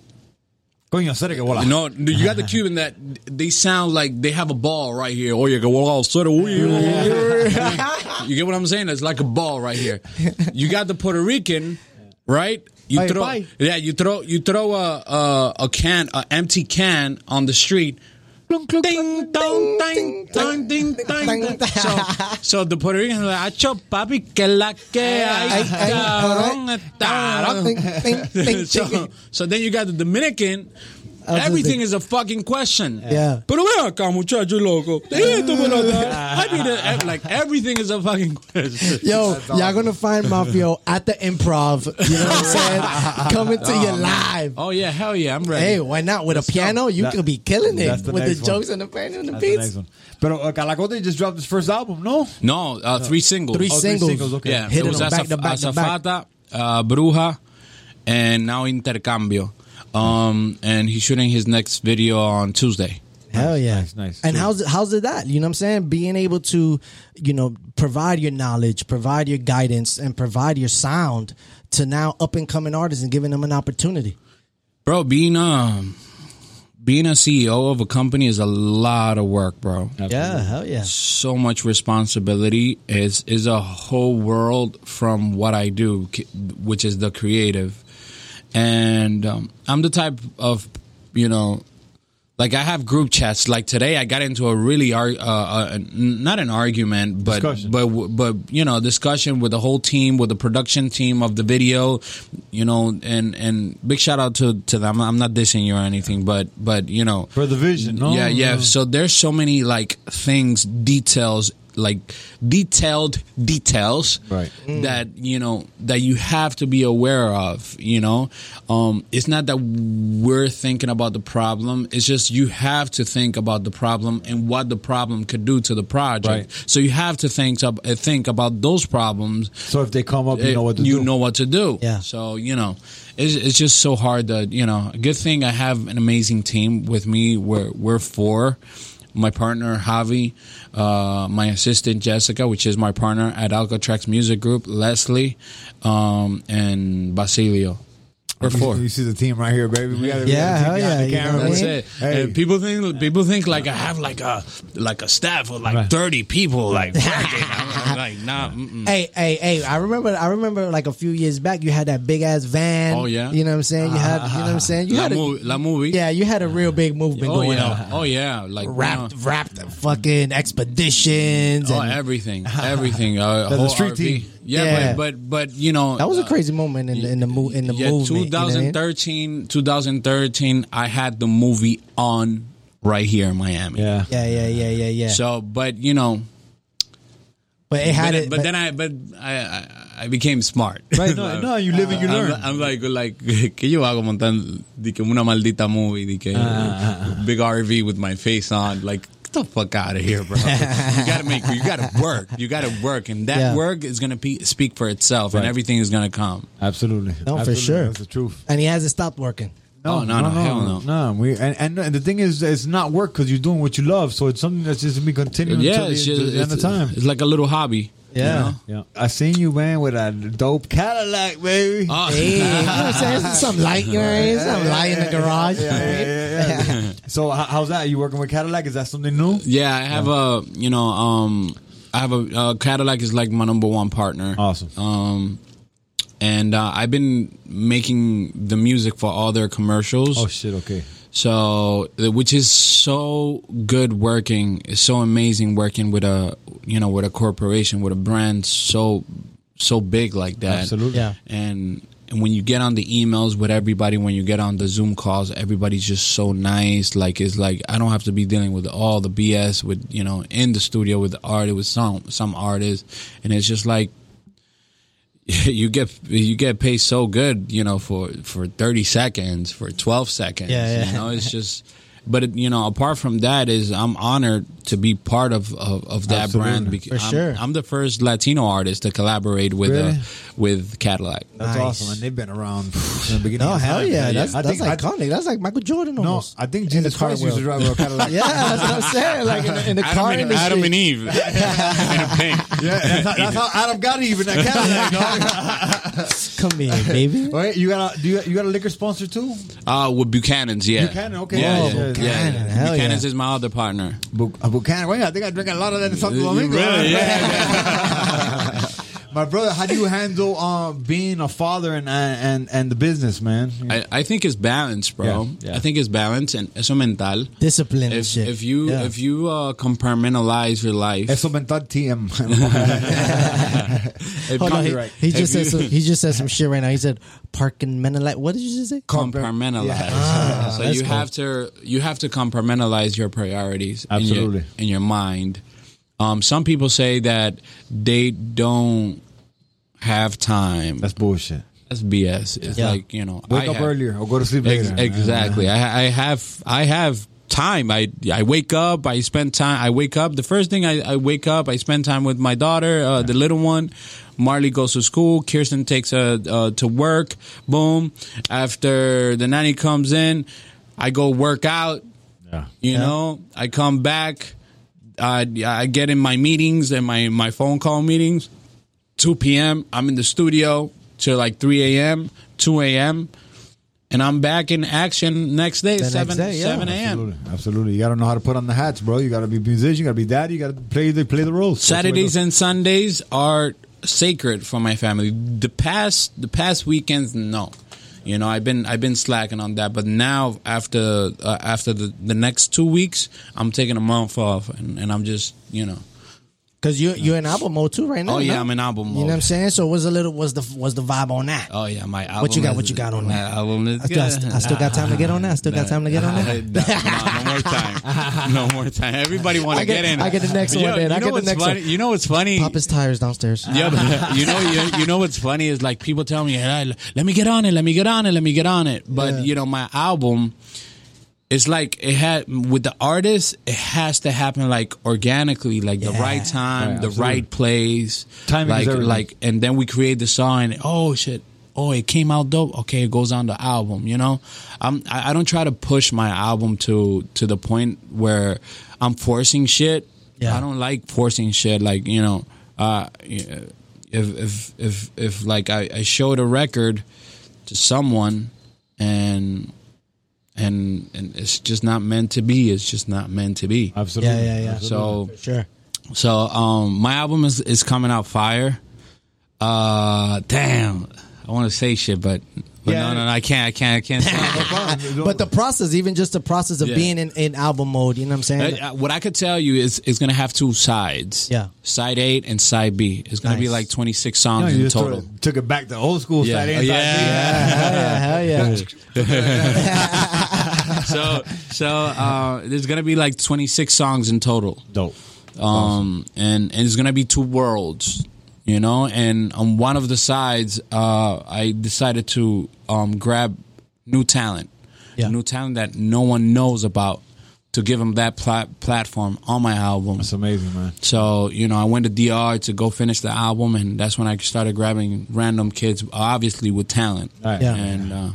B: Coño, sabe que bola.
C: No, you got the Cuban that they sound like they have a ball right here. Or you go, well, sort of weird. You get what I'm saying? It's like a ball right here. You got the Puerto Rican, right? You
A: Hey,
C: throw,
A: bye.
C: yeah, you throw, you throw a, a a can, a empty can on the street. Ding dong, ding dong, ding dong. So, so the Puerto Rican like, "Acho, papi, que la que hay,
A: Ay, ay,
C: cabrón,
A: ay.
C: tarón."
A: Think, think, think,
C: so,
A: think.
C: so then you got the Dominican.
A: I was
C: Everything
A: just
C: is a fucking question.
A: Yeah.
C: Pero ven acá, muchacho loco. Dile esto por acá. I need a, like everything is a fucking question.
A: Yo, y'all gonna find Mafio at the improv. You know what I'm saying? Coming to you live.
C: Oh yeah, hell yeah, I'm ready.
A: Hey, why not? With a piano, you
B: That-
A: could be killing
B: that's
A: it
B: the
A: with the
B: next one.
A: jokes and the piano and the
B: That's the
A: beats.
B: next one. But uh, Calacote just dropped his first album, no?
C: No, uh, three singles.
A: Three
B: Oh, three
A: singles.
B: singles, okay.
C: Yeah,
A: Hit
C: it
A: it
C: was
A: on back
C: Azaf-
A: to back to back.
C: Azafata, uh, Bruja, and now Intercambio. Um, and he's shooting his next video on Tuesday.
A: Hell yeah.
B: nice, nice.
A: And
B: Sweet.
A: how's it how's it that? You know what I'm saying? Being able to, you know, provide your knowledge, provide your guidance, and provide your sound to now up and coming artists and giving them an opportunity.
C: Bro, being um being a CEO of a company is a lot of work, bro.
A: Yeah, hell yeah.
C: so much responsibility is is a whole world from what I do, c- which is the creative, and um, I'm the type of you know. Like I have group chats. Like today, I got into a really ar- uh, uh, n- not an argument, but
B: Discussion.
C: but w- but you know, discussion with the whole team, with the production team of the video, you know, and and big shout out to to them. I'm not dissing you or anything, but but you know,
B: For the vision, no?
C: yeah, yeah.
B: No.
C: So there's so many like things, details, like detailed details
B: Right.
C: that you know that you have to be aware of. You know, um, it's not that we're thinking about the problem. It's just you have to think about the problem and what the problem could do to the project.
B: Right.
C: So you have to think up, uh, think about those problems.
B: So if they come up, you know what to
C: Eh, You
B: do.
C: know what to do.
A: Yeah.
C: So you know, it's, it's just so hard to you know. Good thing I have an amazing team with me. We're we're four. My partner Javi, uh, my assistant Jessica, which is my partner at Alcatraz Music Group, Leslie, um, and Basilio. We're four.
B: You see the team right here, baby. We got
A: Yeah, hell yeah, you know what I
C: That's
A: mean?
C: it.
B: Hey.
C: And people think people think like I have like a like a staff of like thirty people like working. I'm, I'm like nah. Mm-mm.
A: Hey, hey, hey! I remember, I remember, like a few years back, you had that big ass van.
C: Oh, yeah.
A: you know what I'm saying. You had, you know what I'm saying. You
C: La,
A: had, a,
C: movie, la movie.
A: yeah, you had a real big movement
C: Oh
A: going
C: yeah.
A: on.
C: Oh yeah. Like you
A: Wrapped,
C: know,
A: wrapped, fucking expeditions.
C: Oh,
A: and
C: everything, everything. Uh,
B: The- the
C: whole
B: street
C: RV.
B: team.
C: Yeah,
A: Yeah.
C: But, but but you know
A: that was a
C: uh,
A: crazy moment in, the in the mo- in the
C: yeah,
A: movement. you know what I mean?
C: 2013, 2013. I had the movie on right here in Miami.
B: Yeah.
A: Yeah, yeah, yeah, yeah, yeah.
C: So, but you know,
A: but it had
C: but,
A: it.
C: but, then I but I I, I became smart.
B: Right, no, no, you live and you
C: I'm,
B: learn.
C: I'm like like que yo hago montan di que una maldita movie di que
B: Ah,
C: big RV with my face on like get the fuck out of here bro you gotta make you gotta work you gotta work and that
A: Yeah.
C: work is gonna pe- speak for itself and
B: Right.
C: everything is gonna come
B: Absolutely.
A: No, for
B: Absolutely.
A: sure.
B: That's the truth.
A: and he hasn't stopped working.
C: Oh, no, no, hell no.
B: no. We and, and and the thing is, it's not work because you're doing what you love, so it's something that's just been continuing
C: yeah
B: until the,
C: it's
B: until
C: just
B: the end
C: it's,
B: of time.
C: it's like a little hobby you know?
B: yeah. I seen you, man, with a dope Cadillac, baby.
C: Oh,
A: Hey, you know what I'm saying? It's Some light, you know what I mean? Some light in the garage. you know what I mean?
B: yeah, yeah. so how, how's that? you working with Cadillac? Is that something new?
C: Yeah, I have a you know um I have a uh, Cadillac is like my number one partner.
B: Awesome.
C: Um, and uh, I've been making the music for all their commercials.
B: Oh shit! Okay.
C: so which is so good working. It's so amazing working with a you know with a corporation with a brand so so big like that.
B: Absolutely.
A: Yeah.
C: And and when you get on the emails with everybody, when you get on the Zoom calls, everybody's just so nice. Like it's like I don't have to be dealing with all the BS with you know in the studio with the artist with some some artists, and it's just like you get you get paid so good, you know, for for thirty seconds, for twelve seconds.
A: Yeah, yeah.
C: You know, it's just. But it, you know, apart from that, is I'm honored to be part of of, of that
B: Absolutely.
C: brand. Because
A: For
C: I'm,
A: sure.
C: I'm the first Latino artist to collaborate with uh
B: Really?
C: with Cadillac.
B: That's
A: Nice.
B: awesome, and they've been around from the beginning.
A: Oh
B: of
A: hell
B: time.
A: yeah! That's,
B: I
A: that's
B: think, I-
A: iconic. that's like Michael Jordan
B: no,
A: almost.
B: I
A: In
B: think
A: the
B: Jesus
A: car
B: Christ used to
A: wheel.
B: drive a Cadillac.
A: Yeah, that's what I'm saying. Like in the, in the car
C: Adam, and,
A: industry.
C: Adam and Eve in a pink.
B: Yeah, that's how, that's how Adam got it even that Cadillac. dog.
A: Come here, baby.
B: All right, you got a do you, you got a liquor sponsor too?
C: Uh, with Buchanan's, yeah.
B: Buchanan, okay.
C: Yeah,
B: Oh,
C: yeah, yeah,
A: Buchanan,
C: yeah.
A: hell yeah.
C: Buchanan's is my other partner.
B: Bu- a Buchanan. Wait, I think I drink a lot of that in Santo
C: You
B: Domingo.
C: really?
B: My brother, how do you handle um, being a father and and and the business, man?
C: I, I think it's balance, bro.
B: Yeah, yeah.
C: I think it's balance and eso mental.
A: Discipline and
C: If,
A: shit.
C: if you
A: Yeah.
C: if you uh, compartmentalize your life,
B: Eso mental TM.
C: if
A: Hold on,
C: you-
A: he, he
C: if
A: just
C: you
A: said some, he just said some shit right now. He said parking menalite. What did you just say?
C: compartmentalize.
B: Yeah. Ah,
C: so
A: that's
C: you
A: cool.
C: have to you have to compartmentalize your priorities in
B: Absolutely.
C: your, in your mind. Um, some people say that they don't have time.
B: That's bullshit.
C: That's BS. It's
A: Yeah.
C: like you know,
B: Wake
C: I
B: up
C: have-
B: earlier or go to sleep
C: Ex-
B: later.
C: exactly. I, I have I have time. I I wake up. I spend time. I wake up. The first thing I, I wake up, I spend time with my daughter, uh, the little one. Marley goes to school. Kirsten takes uh, uh, to work. Boom. After the nanny comes in, I go work out.
B: Yeah.
C: You know, I come back. I I get in my meetings and my my phone call meetings. 2 p.m. I'm in the studio till like 3 a.m., 2 a.m., and I'm back in action next day,
A: The next
C: 7
A: day, yeah.
C: 7 a.m.
B: Absolutely. Absolutely. You got to know how to put on the hats, bro. You got to be musician. You got to be daddy. You got to play the play the roles. That's the way it
C: Saturdays
B: goes.
C: and Sundays are sacred for my family. The past the past weekends, no. You know, I've been I've been slacking on that, but now after uh, after the, the next two weeks, I'm taking a month off, and, and I'm just you know
A: Because you you're in album mode too right now.
C: Oh, yeah,
A: no?
C: I'm in album
A: You know
C: mode.
A: what I'm saying? So what's a little what's the what's the vibe on that?
C: Oh yeah, my album.
A: What you got?
C: is-
A: What you got on
C: my
A: that?
C: album? Is
A: I still- I still- I still got time to get on that. I still got time to get on that.
C: that. No, no more time. No more time. Everybody want
A: I
C: to
A: get-
C: get in.
A: I get the next one,
C: You know-
A: then. I
C: you
A: get
C: know
A: the
C: what's
A: next
C: funny?
A: one.
C: You know what's funny?
A: Pop his tires downstairs.
C: Yeah, but you know, you, you know what's funny is like people tell me, "Ah, "Let me get on it, let me get on it, let me get on it." But
A: Yeah.
C: you know, my album, it's like it had with the artist, it has to happen like organically, like the
A: Yeah.
C: right time,
B: Right,
C: the
B: absolutely.
C: right place,
B: Timing is
C: like
B: everything.
C: like, and then we create the song. And, oh shit! Oh, it came out dope. Okay, it goes on the album. You know, I'm I, I don't try to push my album to to the point where I'm forcing shit.
A: Yeah.
C: I don't like forcing shit. Like you know, uh, if if if if like I, I showed a record to someone and and and it's just not meant to be. It's just not meant to be.
B: Absolutely.
A: yeah, yeah, yeah.
C: So
A: For sure.
C: so um, my album is is coming out fire. Uh, damn, I want to say shit, but, but
B: Yeah.
C: no, no, no, I can't, I can't, I can't. Say it.
B: Absolutely.
A: But the process, even just the process of
C: Yeah.
A: being in, in album mode, you know what I'm saying?
C: Uh, uh, what I could tell you is it's gonna have two sides.
A: Yeah.
C: side eight and side B. It's gonna be
A: Nice.
C: like twenty six
B: No,
C: songs
B: you
C: in
B: just
C: total.
B: sort of took it back to old school.
C: Yeah. Oh,
B: Saturday and
C: Yeah.
B: Sunday.
A: hell yeah, hell yeah.
C: so so uh, there's gonna be like twenty six songs in total.
B: Dope.
C: um, and and it's gonna be two worlds, you know. And on one of the sides, uh, I decided to um, grab new talent,
A: Yeah.
C: new talent that no one knows about, to give them that pla- platform on my album.
B: It's amazing, man.
C: So you know, I went to DR to go finish the album, and that's when I started grabbing random kids, obviously with talent,
B: Right.
A: Yeah.
C: and uh,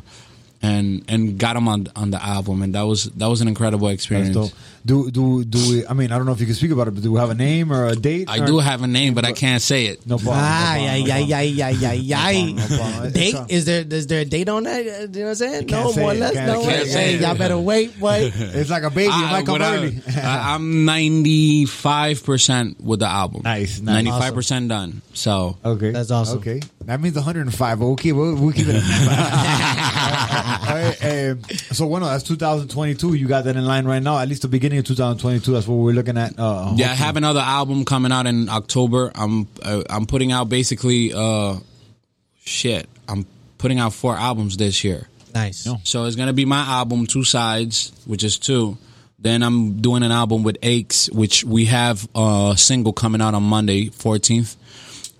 C: and and got them on on the album, and that was that was an incredible
B: That's
C: experience.
B: dope. Do do do we? I mean, I don't know if you can speak about it, but do we have a name or a date?
C: I
B: or-
C: do have a name, but I can't say it.
B: No problem.
A: Ay, ay,
B: no problem, no
A: ay,
B: problem.
A: ay, ay, ay, ay.
B: No problem, no problem.
A: Date?
B: It's, uh,
A: Is there is there a date on that? Uh, You know what I'm saying?
B: can't
A: No,
B: say
A: more or
B: it.
A: less.
B: Can't-
A: No,
B: can't
A: way.
C: say
A: Hey,
C: it.
A: y'all better wait, boy.
B: It's like a baby. it might come
C: what I-
B: early.
C: I, am 95% with the album.
B: Nice, nice.
C: 95% done. So,
B: Okay,
A: That's awesome.
B: Okay, that means 105. Okay, we'll, we'll keep it. At All right, um, so bueno, that's 2022. You got that in line right now. At least the beginning of 2022. That's what we're looking at. Uh,
C: yeah, I have another album coming out in October. I'm uh, I'm putting out basically uh shit. I'm putting out four albums this year.
A: Nice.
C: So it's gonna be my album, Two Sides, which is two. Then I'm doing an album with Aches, which we have a single coming out on Monday, 14th.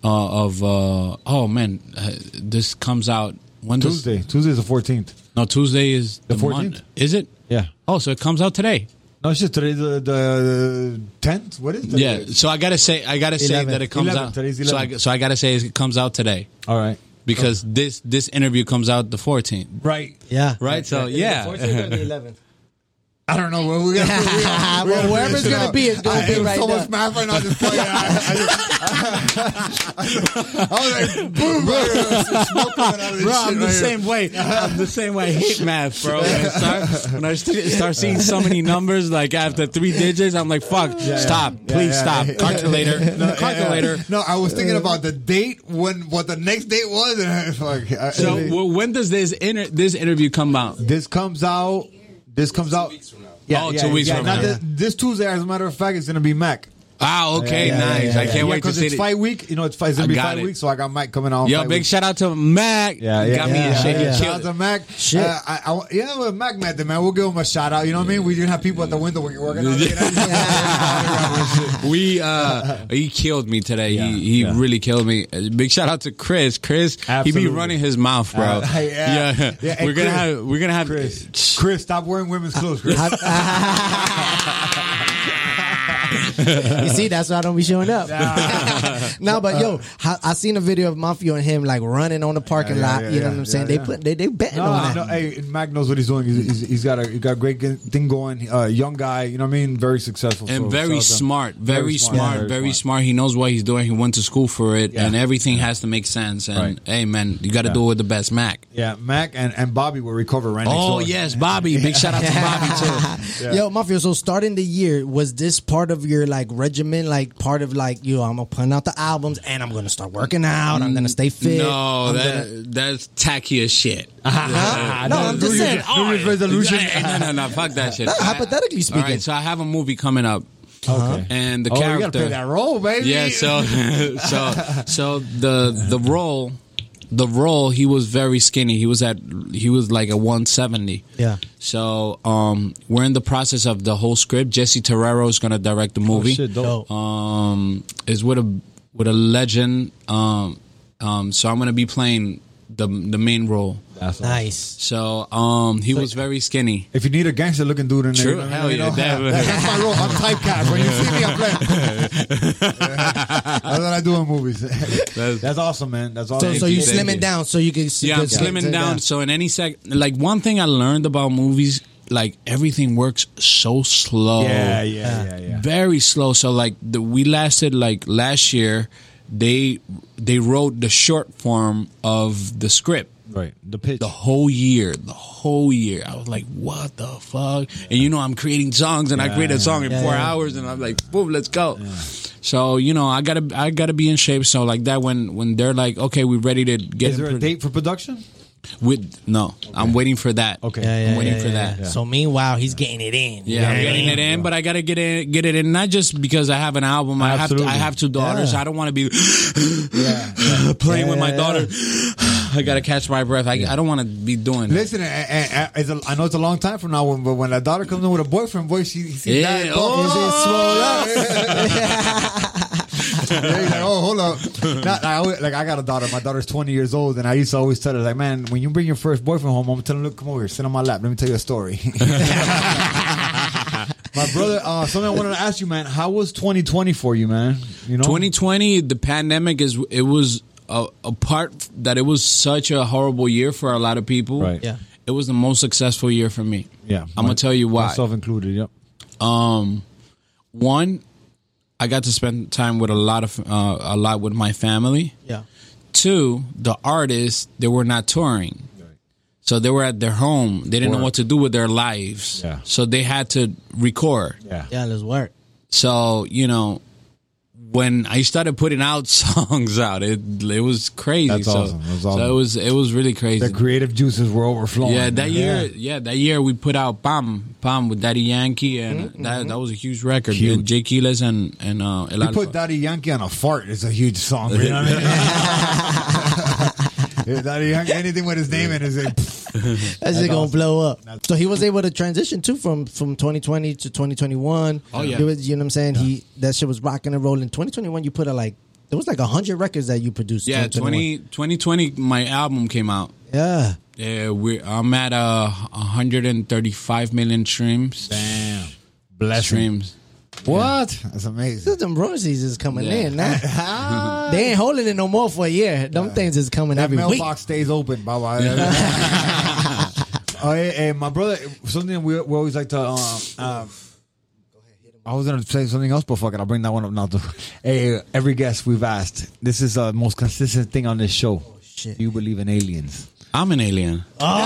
C: uh, of uh, oh man, uh, this comes out when does-
B: Tuesday. Tuesday is the 14th.
C: no, Tuesday is the,
B: The
C: month.
B: 14th?
C: Is it?
B: Yeah.
C: Oh, so it comes out today.
B: No, it's just today the, the 10th. What is today?
C: Yeah. So I gotta say, I gotta say
A: 11th.
C: that it comes
B: 11th.
C: out.
B: Today's
C: So I
B: 11th.
C: so I gotta say it comes out today
B: All right.
C: because this this interview comes out the 14th.
B: Right.
A: Yeah.
C: Right. So yeah.
B: I don't know where we're going to
A: Well, wherever it's gonna be, it's gonna be right
B: so
A: there.
B: much math right now. Just playing. I, I, just- I was like, boom. Right,
C: Bro, I'm the same way. I'm the same way. I hate math, bro. When I start, when I st- start seeing so many numbers, like after three digits, I'm like, fuck, stop,
B: Yeah,
C: please
B: yeah,
C: stop.
B: yeah.
C: Calculator, calculator.
B: No, I was thinking about the date when what the next date was, and it's like I,
C: So well, when does this inter- this interview come out?
B: this comes out. This comes out.
C: Oh, two weeks from
B: not
C: now.
B: This, this Tuesday, as a matter of fact, it's gonna be Mac.
C: Ah, okay,
B: Yeah, yeah, yeah,
C: nice. I
B: yeah.
C: can't
B: Yeah,
C: wait to
B: 'cause
C: see
B: it's
C: it.
B: fight week. You know, it's, fight- it's gonna
C: I
B: be
C: got
B: fight
C: it.
B: week, so I got Mike coming on.
C: Yo,
B: fight
C: big
B: week.
C: shout out to Mac.
B: Yeah, yeah,
C: Got me
B: yeah,
C: in shape.
B: yeah,
C: He
B: yeah. Shout out
C: killed
B: to
C: it.
B: Mac.
A: Shit.
B: Uh, I, I, yeah, well, Mac met the man. We'll give him a shout out. You know what I mean? We didn't have people at the window when you're working. on it.
C: We uh he killed me today. he he really killed me. Uh, Big shout out to Chris. Chris, he
B: Absolutely.
C: be running his mouth, bro.
B: Uh, yeah.
C: yeah.
B: Yeah, hey,
C: we're gonna
B: Chris.
C: have we're gonna have
B: Chris, Chris, stop wearing women's clothes. Chris.
A: you see, that's why I don't be showing up. no, but yo, I, I seen a video of Mafia and him like running on the parking
B: yeah,
A: lot.
B: yeah,
A: you know
B: yeah,
A: what I'm saying?
B: yeah,
A: they
B: yeah.
A: put they they betting
B: No,
A: on
B: no,
A: that.
B: hey, Mac knows what he's doing. He's, he's, he's got a he got a great g- thing going. Uh, young guy, you know what I mean? Very successful
C: and
B: so shout out
C: very
B: to him.
C: smart, very, smart, very, smart. He knows what he's doing. He went to school for it,
B: Yeah.
C: and everything has to make sense. And
B: Right.
C: hey, man, you got to
B: Yeah.
C: do it with the best, Mac.
B: Yeah, Mac and, and Bobby will recover right next
C: Oh
B: door.
C: yes, Bobby. Big shout out to Bobby too.
A: Yo, Mafia, so starting the year, was this part of your like regimen? Like part of like, yo, I'm gonna put out the albums and I'm gonna start working out. I'm gonna stay fit.
C: No,
A: I'm
C: that
A: gonna-
C: that's tacky as shit.
A: Huh? No, I'm just saying. oh,
C: All
B: New Year's resolution.
C: No, no, no, fuck that shit.
A: No,
C: I-
A: hypothetically
C: all
A: speaking.
C: right, so I have a movie coming up,
B: Okay.
C: and the
B: oh, you gotta
C: character.
B: play that role, baby.
C: Yeah, so so so the the role the role he was very skinny. He was at he was like a 170.
A: Yeah.
C: So um we're in the process of the whole script. Jesse Terrero is going to direct the movie.
B: Oh, shit, dope.
A: Yo,
C: Um is with a with a legend um um so I'm going to be playing the the main role.
B: That's awesome.
A: nice.
C: So um he was very skinny.
B: If you need a gangster looking dude in there,
C: True,
B: you know,
C: hell
B: you
C: yeah,
B: know,
C: that-
B: that's my role. I'm typecast. When you see me, I'm playing. that's what I do in movies.
C: That's-
B: That's, awesome, man. That's
A: So,
B: awesome.
A: so
C: you,
A: you
C: thank
A: slimming
C: you.
A: down so you can see
C: Yeah, I'm
A: good-
C: slimming down. So in any sec, like one thing I learned about movies, like everything works so slow. Ah,
B: yeah, yeah, yeah, yeah.
C: very slow. So like the we lasted like last year. They they wrote the short form of the script
B: Right, the pitch.
C: the whole year, the whole year. I was like, what the fuck? And you know, I'm creating songs, and I create a song in four hours, and I'm like, boom, let's go. So you know, I gotta I gotta be in shape. So like that when when they're like, okay, we're ready to get
B: Is
C: in
B: there a
C: pro-
B: date for production?
C: with no, I'm waiting for that.
B: Okay.
A: Yeah, yeah,
C: I'm waiting
A: yeah,
C: for
A: yeah,
C: that.
A: yeah. So meanwhile, he's getting it in.
C: Yeah, I'm getting it in, but I gotta get it get it in. Not just because I have an album. I have
B: Absolutely.
C: to, I have two daughters. I don't want to be
B: Yeah.
C: playing with my daughter. I gotta catch my breath. I, I don't want to be doing. That.
B: Listen, eh, I, I, I, it's a, I know it's a long time from now, when, but when a daughter comes in with a boyfriend, boy, she, she
C: Yeah,
B: that
C: oh.
B: buff, you see, swole up. Yeah, he's like, oh, hold up. Not, I always, like, I got a daughter. My daughter's 20 years old, and I used to always tell her, like, man, when you bring your first boyfriend home, I'm going to tell him, look, come over here, sit on my lap. Let me tell you a story. my brother, uh, something I wanted to ask you, man. How was 2020 for you, man? You know?
C: 2020, the pandemic is it was a, a part that it was such a horrible year for a lot of people.
B: Right.
A: Yeah.
C: It was the most successful year for me.
B: Yeah.
C: I'm gonna tell you why.
B: Myself included, yep.
C: Um, one, I got to spend time with a lot of uh, a lot with my family.
A: Yeah.
C: Two, the artists they were not touring, so they were at their home. They didn't know
B: Work.
C: what to do with their lives,
B: Yeah.
C: so they had to record.
B: Yeah.
A: Yeah, let's work.
C: So you know, when I started putting out songs out, it it was crazy.
B: That's
C: so,
B: awesome. That's
C: so
B: awesome.
C: it was it was really crazy.
B: The creative juices were overflowing.
C: yeah, that
B: man.
C: year, yeah. that year we put out "Pam" "Pam" with Daddy Yankee, and that that was a huge record.
B: Mm-hmm, Huge.
C: Yeah, Jay Keeles and and uh, El
B: You put
C: Alfa.
B: Daddy Yankee on a fart. It's a huge song. You know what I mean? Yeah, Daddy Yankee, anything with his name in it is like,
A: That's just gonna blow up. So he was able to transition too from from 2020 to 2021.
C: Oh, yeah.
A: It was, you know what I'm saying. He that shit was rocking and rolling. 2021, you put out like there was like hundred records that you produced.
C: Yeah,
A: in 21.
C: 20, 2020, my album came out.
A: Yeah,
C: Yeah, we I'm at uh, 135 million streams.
B: Damn. Bless him.
C: Streams.
B: What? That's amazing.
A: them royalties is coming
C: Yeah.
A: in. Now. they ain't holding it no more for a year. Them things is coming
B: That
A: every week.
B: mailbox stays open. Bye bye. oh, hey, hey, my brother, something we, we always like to. Um, um, I was gonna say something else, but fuck it, I'll bring that one up now. Too. Hey, every guest we've asked, this is the most consistent thing on this show.
A: shit.
B: Do you believe in aliens?
C: I'm an alien.
B: Uh,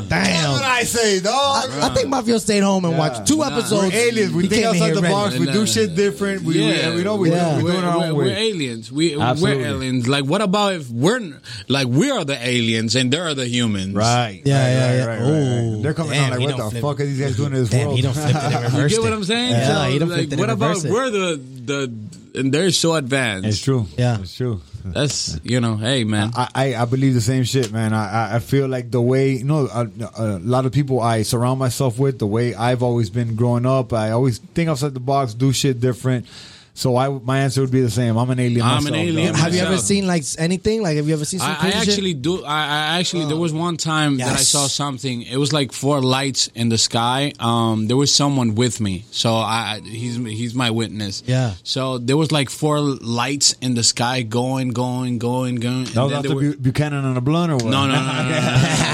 A: Oh damn!
B: I say,
A: I,
B: dog?
A: I think Mafio stayed home and watched two episodes.
B: We're aliens. We
A: He
B: think
A: came in
B: outside
A: here
B: the
A: ready.
B: box. We
C: Nah,
B: do
C: nah,
B: shit
C: nah.
B: different. We, yeah. we, know we,
A: Yeah.
B: we're doing our
C: We're,
B: own
C: we're
B: way.
C: aliens. We, we're
B: Absolutely.
C: aliens. Like, what about if we're n- like we are the aliens and they're the humans?
B: Right.
A: Yeah,
B: right,
A: yeah, yeah.
B: right, right, right, right.
A: Ooh,
B: They're coming
A: damn,
B: out
A: he
B: like,
A: done
B: what the
A: flipped
B: fuck
A: it.
B: are these guys doing in this
A: Damn,
B: world?
A: he don't flip it and reverse
C: You get
A: it.
C: what I'm saying?
A: Yeah,
C: So,
A: he don't
C: like,
A: flip it
C: what
A: and
C: about
A: reverse it.
C: we're the the and they're so advanced?
B: It's true.
A: Yeah.
B: It's true.
C: That's you know, hey man.
A: Uh,
B: I, I, I believe the same shit, man. I, I- I feel like the way, you know, a, a lot of people I surround myself with, the way I've always been growing up, I always think outside the box, do shit different. So I, my answer would be the same. I'm an alien.
C: I'm an
B: myself,
C: alien
B: dog.
A: Have you ever
C: myself.
A: seen like s- anything? Like, have you ever seen some
C: I, I
A: crazy shit?
C: actually do. I, I actually there was one time that I
A: Yes.
C: saw something. It was like four lights in the sky. Um, there was someone with me, so I I- he's he's my witness.
A: Yeah.
C: So there was like four lights in the sky, going, going, going, going. and
B: That was
C: then
B: after
C: there were-
B: Bu- Buchanan and a blunt or what?
C: no, no, no, no, no, no, no.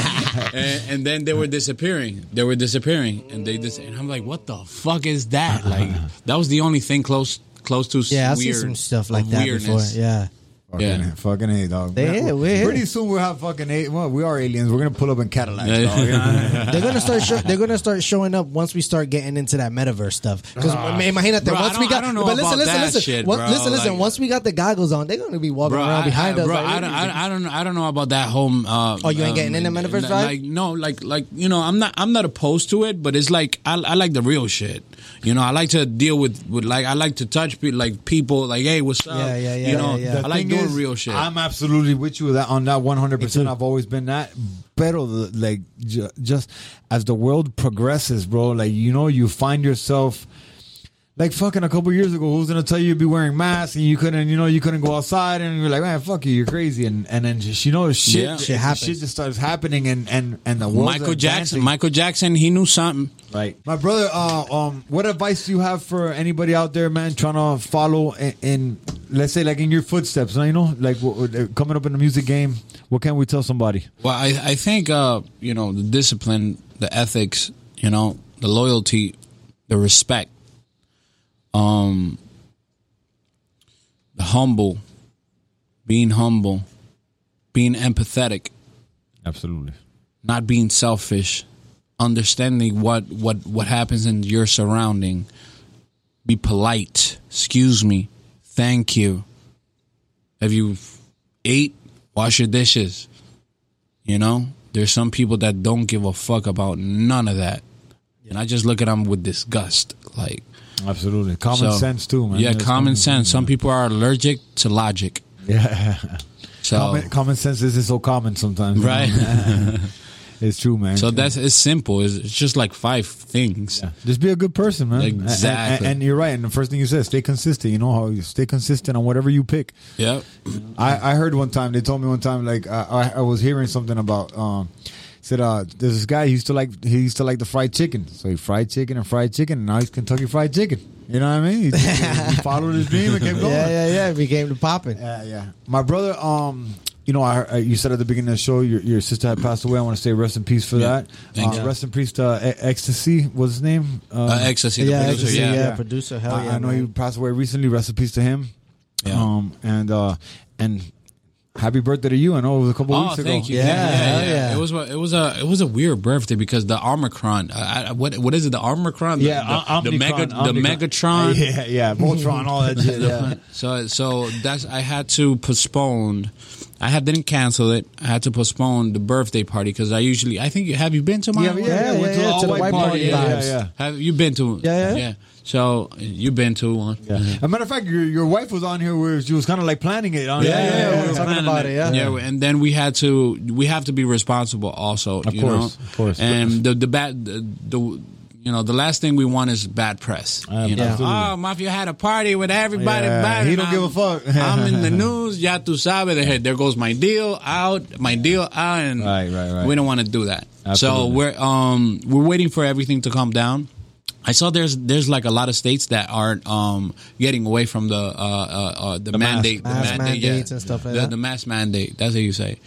C: and, and then they were disappearing. They were disappearing, and they dis- and I'm like, what the fuck is that? Like that was the only thing close close to
A: Uh-huh. yeah, I've
C: weird,
A: seen some stuff like that
C: weirdness.
A: before. Yeah.
B: Fucking,
C: Yeah.
B: fucking A, dog.
A: They- yeah, we're here.
B: Pretty soon we'll have fucking A. Well, we are aliens. We're going to pull up in Cadillacs,
C: Yeah, yeah.
B: dog. You know what I mean?
A: They're gonna start. Show, they're gonna start showing up once we start getting into that metaverse stuff. Because imagine that
C: Ah, Bro, I
A: once we
C: don't-
A: got.
C: I don't know
A: but listen,
C: about
A: listen,
C: that
A: listen,
C: shit,
A: Once-
C: bro,
A: listen, listen.
C: like-
A: once we got the goggles on, they're gonna be walking
C: Bro,
A: around
C: I-
A: behind
C: I,
A: us.
C: Bro,
A: like,
C: I, don't, I, I don't, I don't know about that home. Uh,
A: Oh, you ain't getting in the metaverse
C: like,
A: vibe?
C: Like no, like like you know, I'm not I'm not opposed to it, but it's like I, I like the real shit. You know, I like to deal with, with like I like to touch people, like people, like hey, what's up?
A: Yeah, yeah, yeah,
C: You know,
A: yeah, yeah.
B: The
C: I like
B: thing
C: doing
B: is,
C: real shit.
B: I'm absolutely with you that on that 100. percent I've always been that. Pero the- like ju- just as the world progresses, bro, like you know, you find yourself. Like fucking a couple years ago, who's gonna tell you you'd be wearing masks and you couldn't, you know, you couldn't go outside and you're like, man, fuck you, you're crazy, and and then just, you know, shit,
C: Yeah.
A: Shit happens.
B: shit just starts happening, and and and the world.
C: Michael Jackson, Michael Jackson, he knew something.
B: Right. My brother, uh, um, what advice do you have for anybody out there, man, trying to follow in, in let's say, like in your footsteps, you know, like w- w- coming up in the music game? What can we tell somebody?
C: Well, I, I think uh, you know the discipline, the ethics, you know, the loyalty, the respect, um, the humble, being humble, being empathetic,
B: Absolutely.
C: not being selfish, understanding what what what happens in your surrounding, be polite. Excuse me, thank you. Have you ate? Wash your dishes. You know, there's some people that don't give a fuck about none of that, and I just look at them with disgust. Like
B: Absolutely. Common
C: so-
B: sense, too, man.
C: Yeah,
B: That's
C: common sense. Some people are allergic to logic.
B: Yeah.
C: So
B: Common, common sense isn't so common sometimes. you
C: right.
B: know? It's true, man.
C: so that's it's simple. It's, it's just like five things.
B: Yeah. Just be a good person, man. And- and-
C: Exactly.
B: And, you're right. And the first thing you said, stay consistent. You know how you stay consistent on whatever you pick.
C: Yep.
B: I, I heard one time they told me one time like I, I, I was hearing something about um said uh there's this guy he used to like he used to like the fried chicken so he fried chicken and fried chicken and now he's Kentucky Fried Chicken you know what I mean he, he followed his dream and kept going
A: yeah, yeah, yeah. It became the popping.
B: yeah, yeah. My brother, um, you know, I, I you said at the beginning of the show your, your sister had passed away. I want to say rest in peace for
C: Yeah.
B: that.
C: Thank
B: Uh,
C: you.
B: Rest in peace to uh, E- Ecstasy. What's his name? Um,
C: Uh, ecstasy. The
A: Yeah,
C: producer,
A: Ecstasy,
C: yeah.
A: yeah. producer, hell
B: I,
A: yeah,
B: I know
A: man.
B: he passed away recently. Rest in peace to him.
C: Yeah.
B: Um, and uh, and happy birthday to you. I know it was a couple
C: Oh,
B: weeks ago.
C: thank you!
A: Yeah,
C: Yeah, yeah,
A: hell
C: yeah.
A: yeah.
C: It was a- it was a it was a weird birthday because the Omicron. I, I, what what is it? The Omicron. The,
B: Yeah,
C: the,
B: Om-
C: the,
B: Omnicron,
C: mega, the
B: Omnicron.
C: Megatron.
B: Yeah, yeah, Voltron, all that shit. Yeah.
C: So so that's I had to postpone. I had didn't cancel it. I had to postpone the birthday party because I usually I think you have you been to my
B: Yeah,
C: one?
B: yeah,
A: yeah,
B: went to
A: yeah,
B: all
A: to the
B: white
A: white
B: party,
A: party
B: yeah,
A: vibes.
B: yeah,
C: Have you been to?
A: Yeah, yeah.
C: So you've been to one.
B: yeah. As a matter of fact, your, your wife was on here where she was kind of like planning it. On
A: Yeah, yeah, yeah.
C: we were
A: talking
C: planning
A: about it, yeah.
C: and then we had to we have to be responsible also.
B: Of
C: you
B: course,
C: know?
B: of course.
C: And the the bad the, the You know, the last thing we want is bad press. you know,
B: Uh, Absolutely.
C: oh, mafia had a party with everybody.
B: Yeah,
C: bad,
B: he
C: and
B: don't
C: I'm-
B: give a fuck.
C: I'm in the news. Ya tu sabe. There, there goes my deal out. My deal out. And
B: Right, right, right.
C: We don't want to do that. So
B: Absolutely.
C: we're um we're waiting for everything to calm down. I saw there's there's like a lot of states that aren't um getting away from the uh, uh, uh the,
B: mask.
C: mandate the
A: Mask
C: mandate,
A: mandates and stuff like
C: the,
A: that.
C: the mass mandate that's how you say it.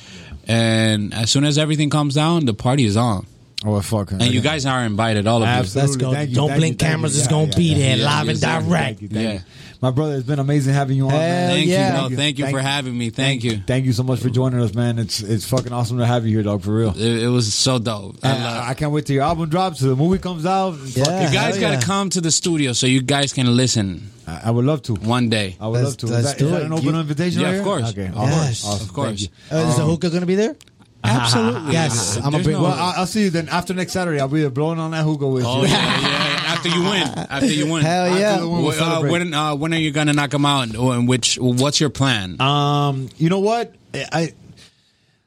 C: and as soon as everything calms down the party is on
B: Oh fuck!
C: and you guys are invited all of you
A: Let's go.
B: Thank you,
A: Don't
B: thank
A: blink
B: you, thank
A: cameras.
B: you.
A: It's
B: Yeah,
A: gonna
B: yeah,
A: be
B: yeah.
A: there,
C: Yeah,
A: live
C: yes,
A: and
C: exactly.
A: direct.
B: Thank you, thank
C: Yeah.
B: you. My brother, it's been amazing having you on. man.
A: Hell
C: Thank
A: yeah.
C: you, no, thank you for having me. Thank you.
B: Thank you so much for joining us, man. It's it's fucking awesome to have you here, dog. For real.
C: It, it was so dope. I
B: And
C: love-
B: I, I can't wait till your album drops, till the movie comes out.
A: Yeah.
B: Fucking-
C: you guys
A: hell
C: got to
A: yeah.
C: come to the studio so you guys can listen
B: I, I would love to.
C: one day.
B: I would
A: Let's-
B: love to. Is
A: let's
B: that,
A: do
B: is that
A: it.
B: an open
A: You-
B: invitation?
C: Yeah,
B: right
C: of
B: here?
C: course.
B: Okay.
C: Of
B: awesome,
A: course.
B: awesome.
C: Of course.
B: Thank you.
A: Uh, is the
C: Um,
A: hookah gonna be there?
C: Absolutely.
A: Yes, I'm gonna
C: There's
A: bring-
C: no-
B: Well, I- I'll see you then after next Saturday. I'll be there blowing on that hookah with
C: Oh
B: you.
C: yeah, yeah, yeah. After you win, after you win.
A: Hell
C: After
A: yeah.
C: the win, we'll
B: Wh- uh,
C: celebrate. when uh, when are you gonna knock them out? Or in which? What's your plan?
B: Um, you know what? I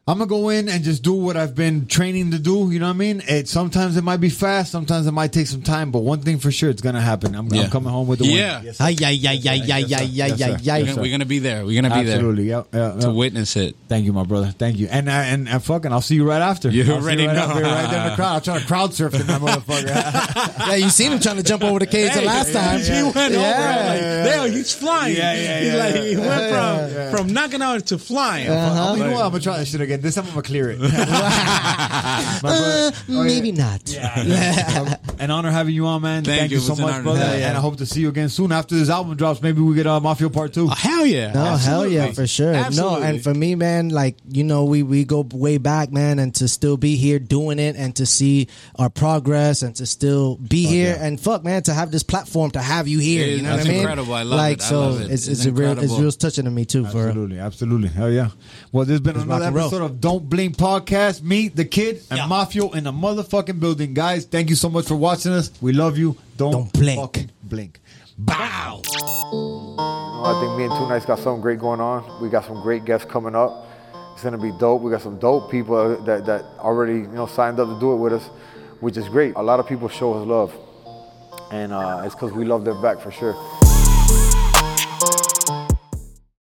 B: I'm gonna go in and just do what I've been training to do. You know what I mean? It sometimes it might be fast, sometimes it might take some time, but one thing for sure, it's gonna happen. I'm,
C: Yeah.
B: I'm coming home with the
C: Yeah.
B: win.
C: Yes,
A: Ay, ay, ay, ay, ay,
B: Yes, sir.
A: ay, ay,
B: Yes, sir.
A: ay,
C: we're,
A: ay.
C: gonna, we're gonna be there. We're gonna be
B: Absolutely. Yeah, yeah,
C: there
B: yeah.
C: to witness it.
B: Thank you, my brother. Thank you. And I, and and fucking, I'll see you right after.
C: You
B: I'll see
C: already
B: right
C: know.
B: after, right there in the crowd. I'll try to crowd surf in that motherfucker.
A: Yeah, you seen him trying to jump over the cage the last time.
C: He went over.
A: yeah.
C: Like, Damn, he's flying.
B: Yeah, yeah,
C: He's
B: yeah,
C: like, he went from
B: yeah.
C: from knocking out to flying.
A: Uh-huh.
B: Oh, you know what? I'm gonna try that shit again. This time I'm gonna clear it. My
A: Uh,
C: Uh,
A: mm,
B: brother- Oh, yeah.
A: maybe not.
B: An honor having you on, man.
C: Thank
B: Thank,
C: you.
B: you,
C: It
B: so
C: was an honor.
B: much, brother.
C: Hell yeah.
B: And I hope to see you again soon after this album drops. Maybe we get uh, Mafia Part Two.
C: Oh, hell yeah.
A: No,
C: Absolutely.
A: hell yeah, for sure.
C: Absolutely.
A: No, and for me, man, like you know, we we go way back, man, and to still be here doing it, and to see our progress, and to still be here, and fuck, man, to have this platform, to have you here,
C: It is-
A: you know what
C: that's
A: I mean?
C: incredible. I love
A: like,
C: it. I
A: so
C: love it.
A: it's it's,
C: It's
A: a real it's
C: incredible.
A: real touching to me too, for real.
B: Absolutely, absolutely. Hell yeah. Well, there's been another
A: rock and roll.
B: episode of Don't Blink Podcast. Meet the kid and Mafio in the motherfucking building, guys. Thank you so much for watching us. We love you. Don't,
A: Don't blink.
B: fucking blink. Bow. Oh, I think me and Two Nights got something great going on. We got some great guests coming up. It's gonna be dope. We got some dope people that, that already you know signed up to do it with us, which is great. A lot of people show us love, and uh, it's because we love them back for sure.